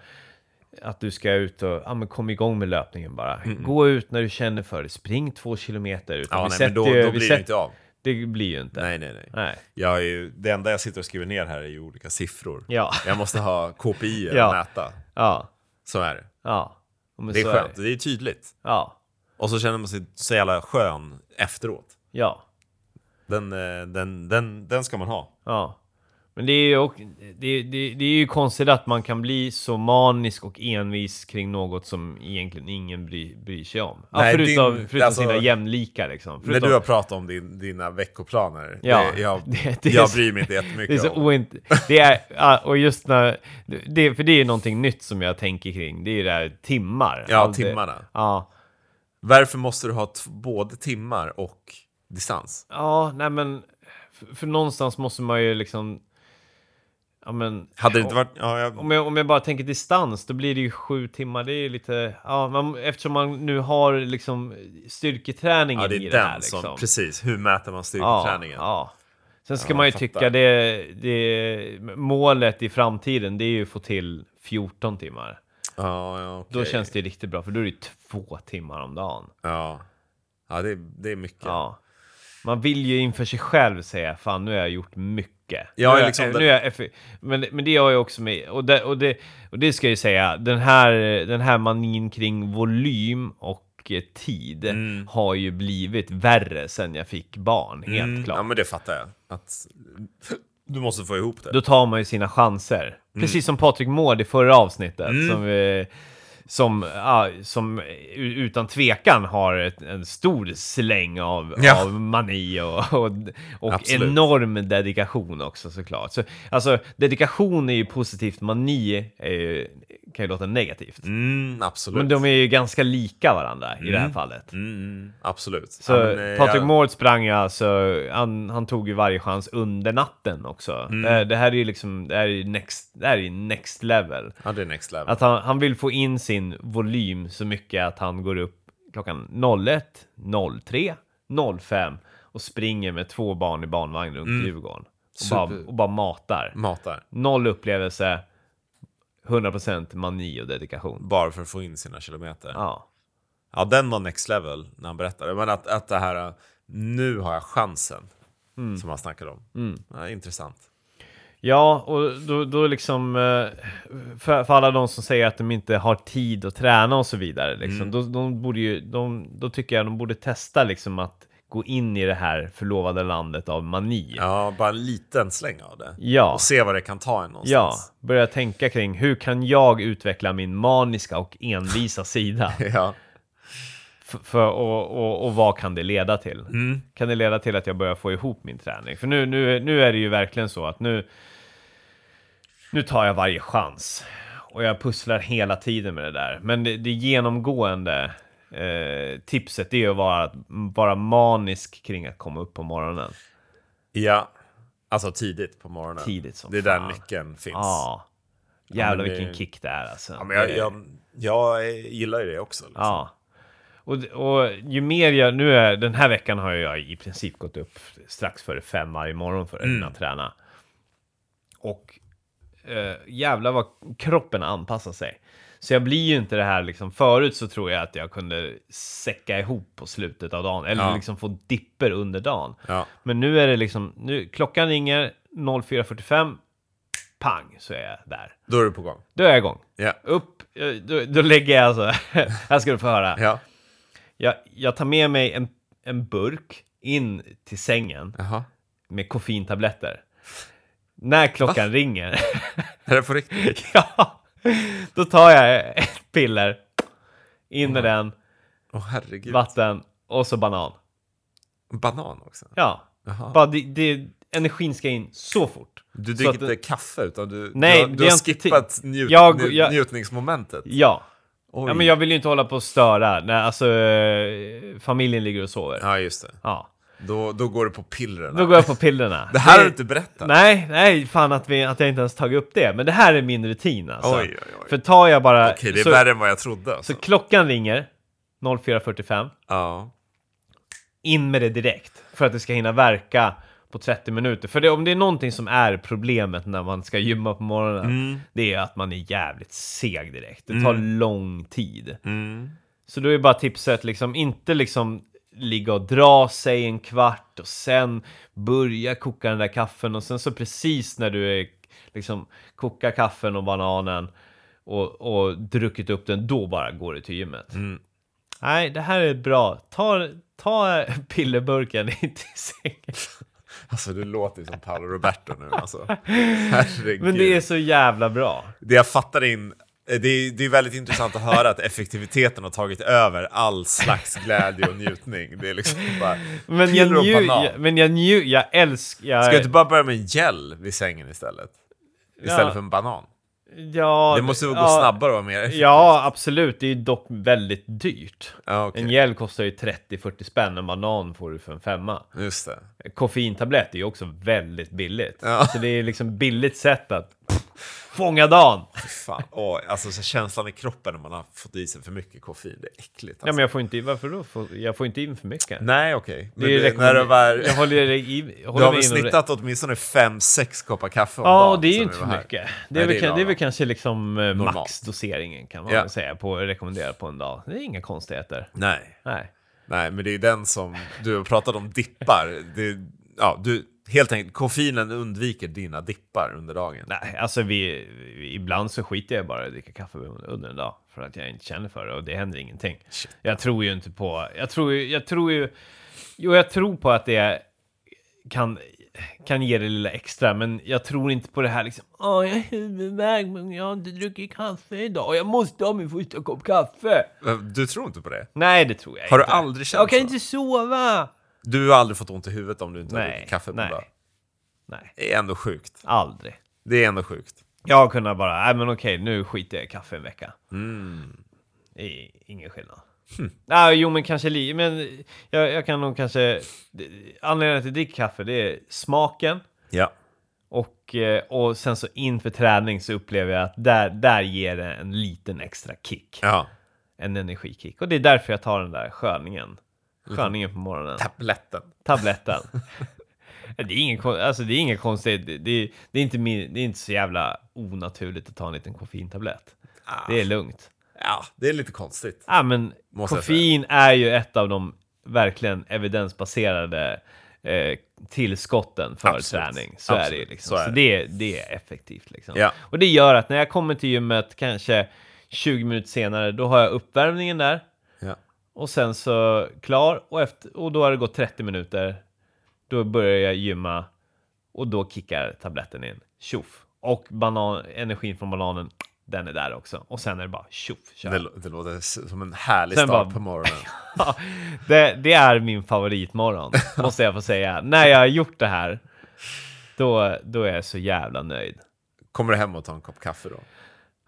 A: att du ska ut och, ja men kom igång med löpningen bara. Gå ut när du känner för det, spring två kilometer. Utan
B: Mm, Ja,
A: vi
B: nej,
A: sätter
B: men då,
A: ju-
B: då
A: vi
B: blir det
A: sätter-
B: ju inte av.
A: Det blir ju inte.
B: Nej, nej, nej.
A: Nej.
B: Jag är ju, det enda jag sitter och skriver ner här är ju olika siffror.
A: Ja.
B: Jag måste ha KPI
A: Ja.
B: att mäta.
A: Ja,
B: Så är det.
A: ja. Men
B: Det är
A: så
B: skönt, det är tydligt.
A: Ja,
B: Och så känner man sig så jävla skön efteråt.
A: ja.
B: Den, eh, den, den, den ska man ha.
A: Ja. Men det är, ju, och- det, det, det är ju konstigt att man kan bli så manisk och envis kring något som egentligen ingen bry, bryr sig om. Ja,
B: Nej,
A: förutom
B: din-
A: förutom
B: alltså-
A: sina jämlikar liksom.
B: När
A: Förutom,
B: du har pratat om din, dina veckoplaner,
A: Ja,
B: det, jag,
A: det- det är
B: jag
A: så-
B: bryr mig inte
A: det är
B: jättemycket
A: så
B: om.
A: oint... Det är, ja, och just när... Det, för det är ju någonting nytt som jag tänker kring. Det är ju det här timmar.
B: Ja,
A: Allt det-
B: timmarna.
A: Ja.
B: Varför måste du ha t- både timmar och distans?
A: Ja, nej men... För, för någonstans måste man ju liksom... Ja, men...
B: Hade det inte varit... Ja, jag,
A: Om jag, om jag bara tänker distans, då blir det ju sju timmar. Det är ju lite... Ja, man, eftersom man nu har liksom styrketräningen
B: ja, det
A: i
B: är
A: det här.
B: den
A: Liksom.
B: som... Precis, hur mäter man
A: ja,
B: styrketräningen?
A: ja. Sen ska
B: Ja,
A: man ju
B: jag fattar.
A: tycka det, det... Målet i framtiden, det är ju att få till 14 timmar.
B: Ja, ja,
A: Då
B: okej.
A: känns det ju riktigt bra, för då är det ju två timmar om dagen.
B: Ja, ja det, är, det är mycket.
A: Ja. Man vill ju inför sig själv säga fan nu har jag gjort mycket.
B: Ja,
A: nu är
B: liksom
A: jag,
B: den-
A: nu är jag effe- men, men det har jag också med. Och det, och det, och det ska jag ju säga, den här, den här manin kring volym och eh, tid har ju blivit värre sen jag fick barn, helt
B: Mm,
A: klart.
B: Ja, men det fattar jag. Att du måste få ihop det.
A: Då tar man ju sina chanser.
B: Mm.
A: Precis som Patrik Mård i förra avsnittet. Som, eh, som, ja, som u- utan tvekan har ett, en stor släng av,
B: Ja.
A: av mani och, och, och
B: Absolut.
A: enorm dedikation också såklart. Så, alltså, dedikation är ju positivt, mani är ju, kan ju låta negativt.
B: Mm, absolut.
A: Men de är ju ganska lika varandra i det här fallet.
B: Mm, mm, absolut.
A: Så
B: Ja, men, eh,
A: Patrik
B: jag-
A: Mård sprang ju alltså, han, han tog ju varje chans under natten också.
B: Mm.
A: Det, det här är ju liksom, det här är ju next, det här är ju next level.
B: Ja, det är next level.
A: Att han, han vill få in sin volym så mycket att han går upp klockan 01, 03, 05 och springer med två barn i barnvagn runt Djurgården. Och bara,
B: Mm. Super. Mm.
A: och bara matar.
B: Matar.
A: Noll upplevelse, 100% mani och dedikation.
B: Bara för att få in sina kilometer. Ja,
A: Ja,
B: den var next level när han berättade. Men att, att det här, eh, nu har jag chansen,
A: Mm.
B: som han snackade om. Ja, intressant.
A: ja och då, då liksom, eh, för, för alla de som säger att de inte har tid att träna och så vidare, liksom, då, de borde ju, de, då tycker jag de borde testa liksom att gå in i det här förlovade landet av mani.
B: Ja, bara en liten släng av det.
A: Ja.
B: Och se vad det kan ta en
A: Ja,
B: någonstans.
A: börja tänka kring hur kan jag utveckla min maniska och envisa sida?
B: ja.
A: F- för, och, och, och vad kan det leda till?
B: Mm.
A: Kan det leda till att jag börjar få ihop min träning? För nu, nu, nu är det ju verkligen så att nu, nu tar jag varje chans. Och jag pusslar hela tiden med det där. Men det, det genomgående eh, tipset är ju att vara, vara manisk kring att komma upp på morgonen.
B: Ja. Alltså tidigt på morgonen.
A: Tidigt som
B: Det är där
A: fan.
B: nyckeln finns.
A: Ja. Jävlar
B: men det-
A: vilken kick det är alltså.
B: Ja, men jag, jag, jag gillar ju det också. Liksom.
A: Ja. Och, och ju mer jag... Nu är, den här veckan har jag i princip gått upp strax före fem varje morgon för att hinna träna. Och eh, jävlar vad kroppen anpassar sig. Så jag blir ju inte det här liksom... Förut så tror jag att jag kunde säcka ihop på slutet av dagen. Eller
B: Ja.
A: liksom få dipper under dagen.
B: Ja.
A: Men nu är det liksom... Nu, klockan ringer 04.45. Pang, så är jag där.
B: Då är du på gång.
A: Då är jag igång.
B: Ja.
A: Upp, eh, då, då lägger jag alltså... här ska du få höra.
B: Ja.
A: Jag, jag tar med mig en, en burk in till sängen
B: Jaha.
A: med koffeintabletter. När klockan ringer,
B: Är det på riktigt?
A: ja, då tar jag ett piller, in med den,
B: Åh herregud.
A: vatten och så banan.
B: Banan också?
A: Ja,
B: Jaha.
A: bara det, det, energin ska in så fort.
B: Du
A: Så
B: dricker
A: att
B: inte
A: den-
B: kaffe utan du,
A: Nej,
B: du, har-
A: det
B: du
A: är
B: har
A: inte
B: skippat njut,
A: Jag-
B: nju-
A: jag-
B: njutningsmomentet?
A: Ja.
B: Oj.
A: ja, men jag vill ju inte hålla på och störa när alltså, eh, familjen ligger och sover.
B: Ja, just det.
A: Ja,
B: Då, då går du på pillerna.
A: då går jag på pillerna.
B: Det här har du inte berättat.
A: Nej, nej, fan att, vi, att jag inte ens tagit upp det. Men det här är min rutin alltså.
B: Oj, oj, oj.
A: För tar jag bara...
B: Okej, det är
A: så,
B: värre än vad jag trodde. Alltså.
A: så klockan ringer 04.45,
B: Ja.
A: in med det direkt. För att det ska hinna verka på 30 minuter. För det, om det är någonting som är problemet när man ska gymma på morgonen,
B: Mm.
A: det är att man är jävligt seg direkt. Det tar lång tid.
B: Mm.
A: Så då är bara tipset liksom inte liksom ligga och dra sig en kvart och sen börja koka den där kaffen och sen så precis när du är liksom kokar kaffen och bananen och, och druckit upp den, då bara går du till gymmet.
B: Mm.
A: Nej, det här är bra. Ta, ta pillerburken in till sängen.
B: Alltså, du låter ju som Paolo Roberto nu. Alltså. Herregud.
A: Men det är så jävla bra.
B: Det jag fattar in, eh, det är, det är väldigt intressant att höra att effektiviteten har tagit över all slags glädje och njutning. Det är liksom bara
A: Men jag,
B: piller och
A: nju,
B: banan.
A: jag, men jag, nju, jag älskar... Jag,
B: Ska jag inte bara börja med en gel vid sängen istället? Istället
A: Ja.
B: för en banan.
A: ja,
B: Det måste väl gå
A: ja,
B: snabbare och vara mer effektivt?
A: Ja, absolut. Det är dock väldigt dyrt.
B: Ja, okej.
A: En gel kostar ju 30-40 spänn, en banan får du för en femma.
B: Just det.
A: Koffeintablett är ju också väldigt billigt.
B: Ja.
A: Så det är liksom billigt sätt att fånga dagen.
B: Fy Fan. Åh, alltså så känslan i kroppen när man har fått i sig för mycket koffein, det är äckligt. Alltså.
A: Ja, men jag får inte, varför då? Får- Jag får inte in för mycket.
B: Nej, okej.
A: Det är ju
B: Men det, när du
A: rekommend-
B: var...
A: Jag håller, i, jag
B: Du
A: håller
B: har
A: mig
B: väl
A: inom det.
B: snittat åtminstone 5-6 koppar kaffe om
A: Ja,
B: dagen
A: och det är ju
B: sen
A: inte
B: vi
A: för
B: var här.
A: mycket. Det är,
B: Nej,
A: väl,
B: det är
A: det är väl
B: lagom.
A: kanske liksom eh,
B: Normalt.
A: maxdoseringen kan man
B: Ja.
A: väl säga, på, rekommendera på en dag. Det är inga konstigheter.
B: Nej.
A: Nej.
B: Nej, men det är den som... Du har pratat om dippar. Det, ja, du, helt enkelt, koffeinen undviker dina dippar under dagen.
A: Nej, alltså vi, vi- ibland så skiter jag bara i att dricka kaffe under en dag för att jag inte känner för det och det händer ingenting.
B: Shit.
A: Jag tror ju inte på, jag tror ju, jag tror ju, jo jag tror på att det kan, kan ge det lilla extra, men jag tror inte på det här liksom, åh jag har huvudvärk men jag har inte druckit kaffe idag och jag måste ha min första kopp kaffe.
B: Du tror inte på det?
A: Nej, det tror jag
B: Har du
A: inte.
B: aldrig känt
A: Jag kan
B: så?
A: inte sova!
B: Du har aldrig fått ont i huvudet om du inte har
A: Nej,
B: druckit kaffe på en
A: nej.
B: dag?
A: Nej,
B: Det är ändå sjukt.
A: aldrig.
B: Det är ändå sjukt.
A: Jag har kunnat bara, nej men okej, nu skiter jag i kaffe en vecka. Det är ingen skillnad. Nej, jo men kanske li, men jag, jag kan nog kanske... det- Anledningen att jag dricker kaffe, det är smaken.
B: Ja.
A: Och, eh, och sen så inför träning så upplever jag att där, där ger det en liten extra kick.
B: ja.
A: En energikick. Och det är därför jag tar den där sköningen. Sköningen på morgonen.
B: Tabletten.
A: Tabletten. det, är ingen, kon- alltså, det är inget konstigt. Det, det, det, är inte min, det är inte så jävla onaturligt att ta en liten koffeintablett.
B: Ah.
A: Det är lugnt.
B: Ja, det är lite konstigt.
A: Ja, men
B: Måste jag
A: koffein är ju ett av de verkligen evidensbaserade eh, tillskotten för
B: Absolut.
A: träning. Så är det ju
B: Absolut.
A: liksom.
B: Så är
A: Så
B: det.
A: det, det är effektivt liksom.
B: Ja.
A: Och det gör att när jag kommer till gymmet kanske 20 minuter senare, då har jag uppvärmningen där
B: Ja.
A: och sen så klar och, efter, och då har det gått 30 minuter. Då börjar jag gymma och då kickar tabletten in. Tjoff! Och banan, energin från bananen, den är där också. Och sen är det bara tjoff, kör.
B: Det, lå- det låter s- som en härlig
A: Sen
B: start
A: bara-
B: på morgonen.
A: Ja, det, det är min favoritmorgon, måste jag få säga. När jag har gjort det här, då, då är jag så jävla nöjd.
B: Kommer du hem och tar en kopp kaffe då?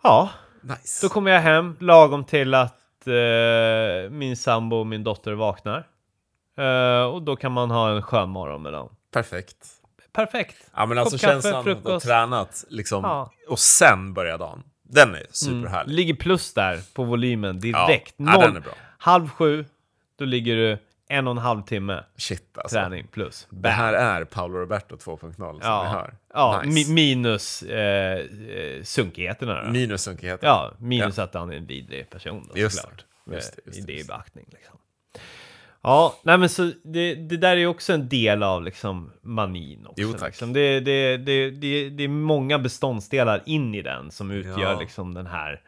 A: Ja,
B: Nice.
A: då kommer jag hem lagom till att eh, min sambo och min dotter vaknar. Eh, och då kan man ha en skön morgon med dem.
B: Perfekt.
A: Perfekt!
B: Ja, men alltså
A: Kopp kaffe,
B: känslan att ha
A: frukost.
B: tränat liksom,
A: Ja. Mm.
B: och sen börja dagen. Den är superhärlig.
A: Ligger plus där på volymen direkt.
B: Ja, ja, den är bra.
A: Halv sju, då ligger du en och en halv timme
B: Shit alltså.
A: träning plus.
B: Det här är Paolo Roberto 2.0 som vi
A: Ja,
B: hör.
A: ja
B: Nice.
A: mi- minus eh, eh, sunkigheterna då.
B: Minus sunkigheten.
A: Ja, minus att han är en vidrig person då,
B: Just
A: såklart.
B: det, just det, just
A: Eh,
B: det,
A: I det i
B: just
A: beaktning liksom. Ja, nej men så det, det där är ju också en del av liksom manin också.
B: Jo, tack.
A: Liksom. Det, det, det, det, det är många beståndsdelar in i den som utgör
B: Ja.
A: liksom den här,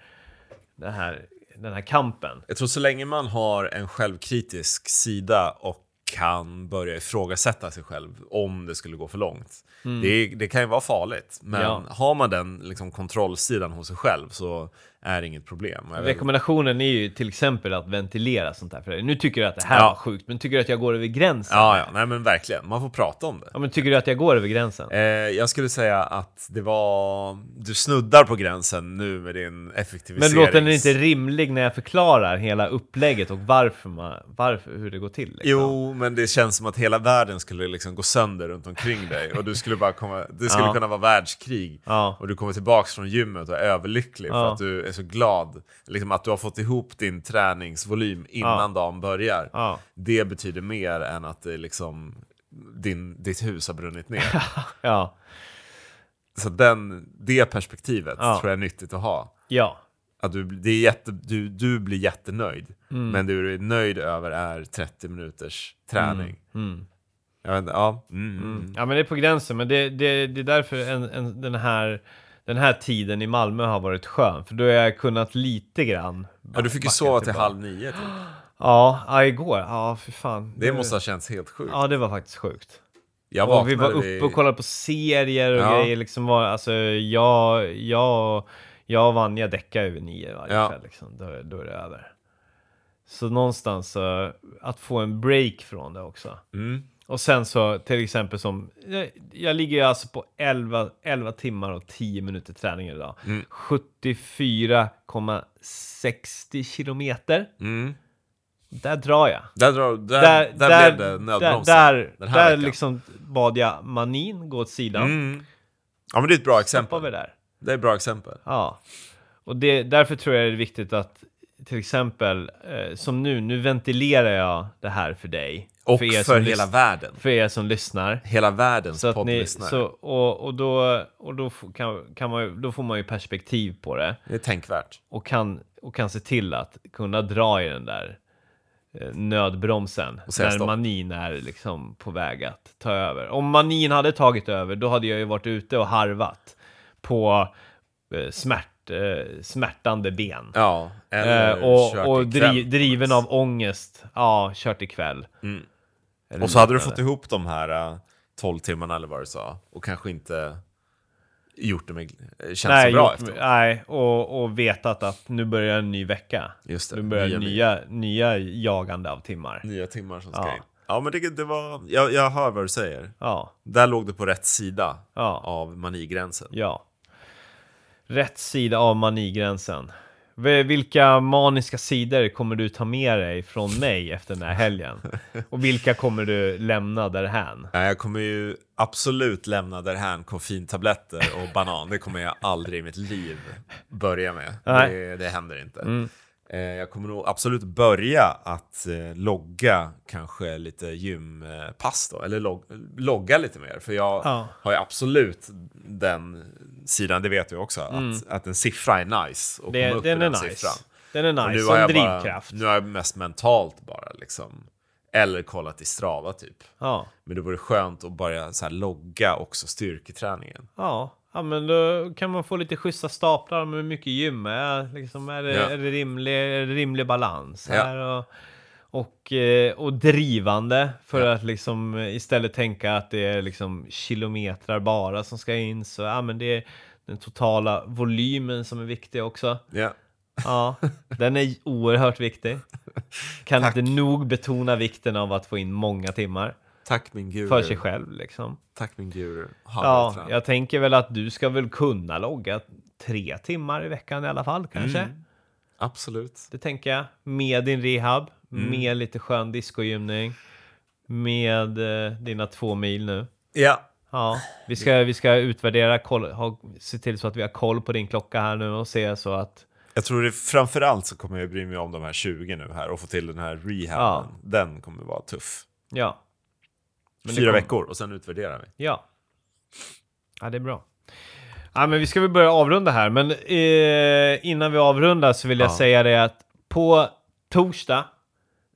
A: den här, den här kampen.
B: Jag tror så länge man har en självkritisk sida och kan börja ifrågasätta sig själv om det skulle gå för långt. Det, det kan ju vara farligt, men
A: Mm. Ja.
B: har man den liksom, kontrollsidan hos sig själv så är det inget problem. Jag vet-
A: Rekommendationen är ju till exempel att ventilera sånt här. För dig. nu tycker du att det här
B: Ja.
A: var sjukt, men tycker du att jag går över gränsen?
B: Ja, ja, nej men verkligen. Man får prata om det.
A: Ja, men tycker du att jag går över gränsen?
B: Eh, jag skulle säga att det var... Du snuddar på gränsen nu med din
A: Men
B: effektiviserings...
A: låter den inte rimlig när jag förklarar hela upplägget och varför, man, varför hur det går till? Liksom?
B: Jo, men det känns som att hela världen skulle liksom gå sönder runt omkring dig och du skulle bara komma, det skulle
A: Ja.
B: kunna vara världskrig
A: Ja.
B: och du kommer tillbaks från gymmet och är överlycklig
A: Ja.
B: för att du är så glad liksom att du har fått ihop din träningsvolym innan dagen börjar.
A: Ja.
B: Det betyder mer än att det liksom, din, ditt hus har brunnit ner.
A: Ja.
B: så den, det perspektivet
A: Ja.
B: tror jag är nyttigt att ha.
A: ja.
B: Att du, det är jätte, du, du blir jättenöjd,
A: Mm.
B: men det du är nöjd över är 30 minuters träning.
A: Mm.
B: Jag vet inte, ja. Mm.
A: Ja, men det är på gränsen. Men det, det, det är därför en, en, den, här, den här tiden i Malmö har varit skön. För då har jag kunnat lite grann.
B: ja, du fick ju
A: backa
B: sova till
A: tillbaka.
B: halv nio. Typ.
A: Ja, ja, igår. Ja, för fan.
B: Det måste ha känts helt sjukt.
A: Ja, det var faktiskt sjukt.
B: Jag
A: Och vi
B: vaknade
A: var uppe och kollade på serier och
B: Ja.
A: grejer. Liksom var, alltså, jag, jag, jag och Vanja däckade över nio varje
B: Ja.
A: kväll. Liksom. Då, då är det över. Så någonstans, eh, att få en break från det också.
B: Mm.
A: Och sen så, till exempel som... Jag, jag ligger ju alltså på 11, 11 timmar och 10 minuter träning idag.
B: Mm.
A: 74,60 kilometer.
B: Mm.
A: Där drar jag
B: Där, drar, där,
A: där,
B: där,
A: där,
B: blev det
A: där,
B: nödbromsen.
A: där,
B: den här
A: där
B: veckan.
A: liksom bad jag manin gå åt sidan.
B: Mm. Ja, men det är ett bra
A: Hoppar
B: exempel.
A: vi där.
B: Det är ett bra exempel.
A: Ja. Och det, därför tror jag det är viktigt att till exempel, eh, som nu, nu ventilerar jag det här för dig.
B: Och
A: er
B: för,
A: som lys-
B: hela världen.
A: För er som lyssnar.
B: Hela världens
A: Så att ni,
B: poddlyssnare.
A: så, och, och, då, och då, f- kan, kan man, ju- då får man ju perspektiv på det.
B: Det är tänkvärt.
A: Och kan, och kan se till att kunna dra i den där eh, nödbromsen
B: Och säga
A: när
B: stopp.
A: manin är liksom på väg att ta över. Om manin hade tagit över, då hade jag ju varit ute och harvat på eh, smärt, eh, smärtande ben.
B: Ja, eller
A: Eh, och
B: kört
A: och
B: ikväll.
A: dri, driven av ångest. Ja, kört ikväll. Eller
B: Mm. Och så hade du
A: liknande.
B: fått ihop de här eh, 12 timmarna eller vad du sa och kanske inte gjort det med eh, känns
A: Nej,
B: så bra
A: gjort-
B: efteråt.
A: nej och, och vetat att nu börjar en ny vecka.
B: Just det,
A: nu börjar nya,
B: nya
A: nya, jagande av timmar.
B: Nya timmar som ska
A: Ja.
B: in. Ja, men det, det var... Jag, jag hör vad du säger.
A: Ja,
B: Där låg du på rätt sida
A: Ja.
B: av manigränsen.
A: ja. Rätt sida av manigränsen. V- Vilka maniska sidor kommer du ta med dig från mig efter den här helgen? Och vilka kommer du lämna därhän?
B: Nej, Jag kommer ju absolut lämna därhän koffeintabletter och banan. Det kommer jag aldrig i mitt liv börja med.
A: Nej. Mm.
B: Det, det händer inte. Eh, Jag kommer nog absolut börja att eh, logga kanske lite gympass då, eller log logga lite mer. För jag
A: Ja.
B: har ju absolut den sidan, det vet du också, att, att en siffra är nice. Och komma
A: Mm. Det,
B: upp i
A: den är
B: den
A: nice.
B: siffran.
A: Den är
B: Och
A: nice,
B: nu
A: som
B: har jag
A: drivkraft.
B: Bara, nu har jag mest mentalt bara liksom. Eller kollat i Strava typ.
A: Ja.
B: Men det vore skönt att börja så här logga också styrketräningen.
A: Ja, ja men då kan man få lite schyssta staplar med hur mycket gym är. Liksom, är, det,
B: Ja.
A: är, det rimlig, är det rimlig balans?
B: Ja.
A: Här och, och, eh, och drivande för
B: Ja.
A: att liksom istället tänka att det är liksom kilometrar bara som ska in. Så ja, men det är den totala volymen som är viktig också.
B: Ja.
A: Ja, den är oerhört viktig. Kan
B: Tack.
A: inte nog betona vikten av att få in många timmar
B: Tack min guru.
A: för sig själv liksom.
B: Tack min guru.
A: Ja,
B: Ja,
A: jag tänker väl att du ska väl kunna logga tre timmar i veckan i alla fall kanske.
B: Mm. Absolut.
A: Det tänker jag. Med din rehab,
B: Mm.
A: med lite skön discogymning, med eh, dina två mil nu.
B: Ja.
A: Ja, vi ska, vi ska utvärdera, koll, ha, se till så att vi har koll på din klocka här nu och se så att
B: Jag tror det framförallt så kommer jag bry mig om de här 20 nu här och få till den här rehaben.
A: Ja.
B: Den kommer vara tuff.
A: Ja. Men det
B: Fyra
A: kom-
B: veckor och sen utvärderar vi.
A: Ja. Ja, det är bra. Ja, men vi ska väl börja avrunda här, men eh, innan vi avrundar så vill jag
B: Ja.
A: säga det att på torsdag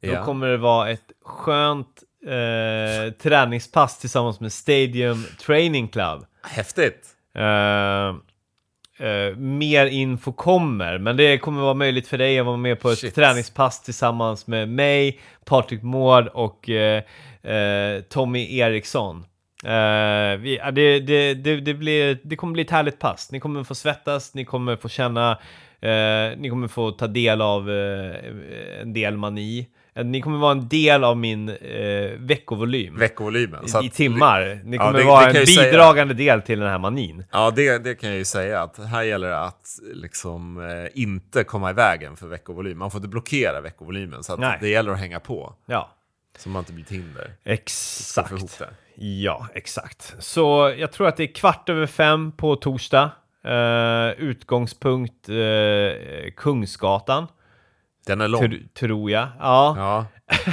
A: då
B: Ja.
A: kommer det vara ett skönt eh, träningspass tillsammans med Stadium Training Club.
B: Häftigt!
A: Eh, eh, mer info kommer, men det kommer vara möjligt för dig att vara med på ett
B: Shit.
A: träningspass tillsammans med mig, Patrik Mård och eh, eh, Tommy Eriksson. Eh, vi, ja, det, det, det, det, blir, det kommer bli ett härligt pass. Ni kommer få svettas, ni kommer få känna, eh, ni kommer få ta del av eh, en del mani. Eh, Ni kommer vara en del av min eh, veckovolym
B: Veckovolymen. Så
A: i
B: att-
A: timmar. Ni
B: Ja,
A: kommer
B: det- det
A: vara
B: kan
A: en
B: jag ju säga.
A: bidragande del till den här manin.
B: Ja, det, det kan jag ju säga att här gäller det att liksom eh, inte komma i vägen för veckovolym. Man får inte blockera veckovolymen så att
A: Nej.
B: det gäller att hänga på
A: Ja,
B: så man inte blir Tinder. Få ihop
A: exakt.
B: det.
A: Ja, exakt. Så jag tror att det är kvart över fem på torsdag. Eh, utgångspunkt eh, Kungsgatan,
B: Den är lång.
A: tr tror jag. Ja.
B: Ja,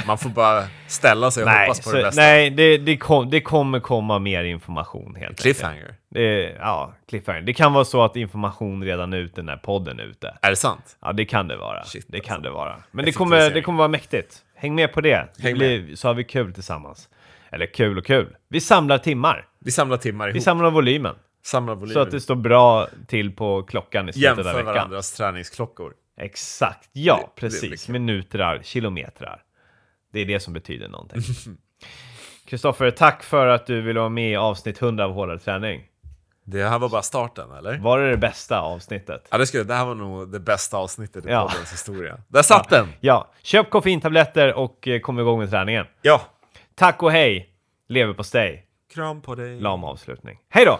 B: man får bara ställa sig och
A: nej,
B: hoppas på
A: så,
B: det bästa.
A: nej det, det, kom, det kommer komma mer information helt enkelt.
B: Cliffhanger.
A: Det, ja, cliffhanger. Det kan vara så att information redan är ute när podden är ute.
B: Är det sant?
A: Ja, det kan det vara.
B: Shit,
A: det
B: alltså.
A: kan det vara. Men det kommer, det kommer vara mäktigt. Häng med på det. det
B: Häng
A: blir, så har vi kul tillsammans. Eller kul och kul. Vi samlar timmar.
B: Vi samlar timmar ihop.
A: Vi samlar volymen.
B: samlar
A: Så att
B: volymen.
A: det står bra till på klockan i slutet av
B: Jämför
A: veckan.
B: varandras träningsklockor.
A: Exakt. Ja,
B: Det- det blir
A: precis.
B: kul.
A: Minuter, kilometrar. Det är det som betyder någonting. Kristoffer, tack för att du ville vara med i avsnitt 100 av Hårdare Träning.
B: Det här var bara starten, eller?
A: Var det det bästa avsnittet?
B: Ja, det, skulle, det här var nog det bästa avsnittet i
A: Ja.
B: poddens historia. Där satt den!
A: Ja, köp koffeintabletter och eh, kom igång med träningen.
B: Ja.
A: Tack och hej! Lever på steg.
B: Kram på dig.
A: Lam avslutning. Hej då!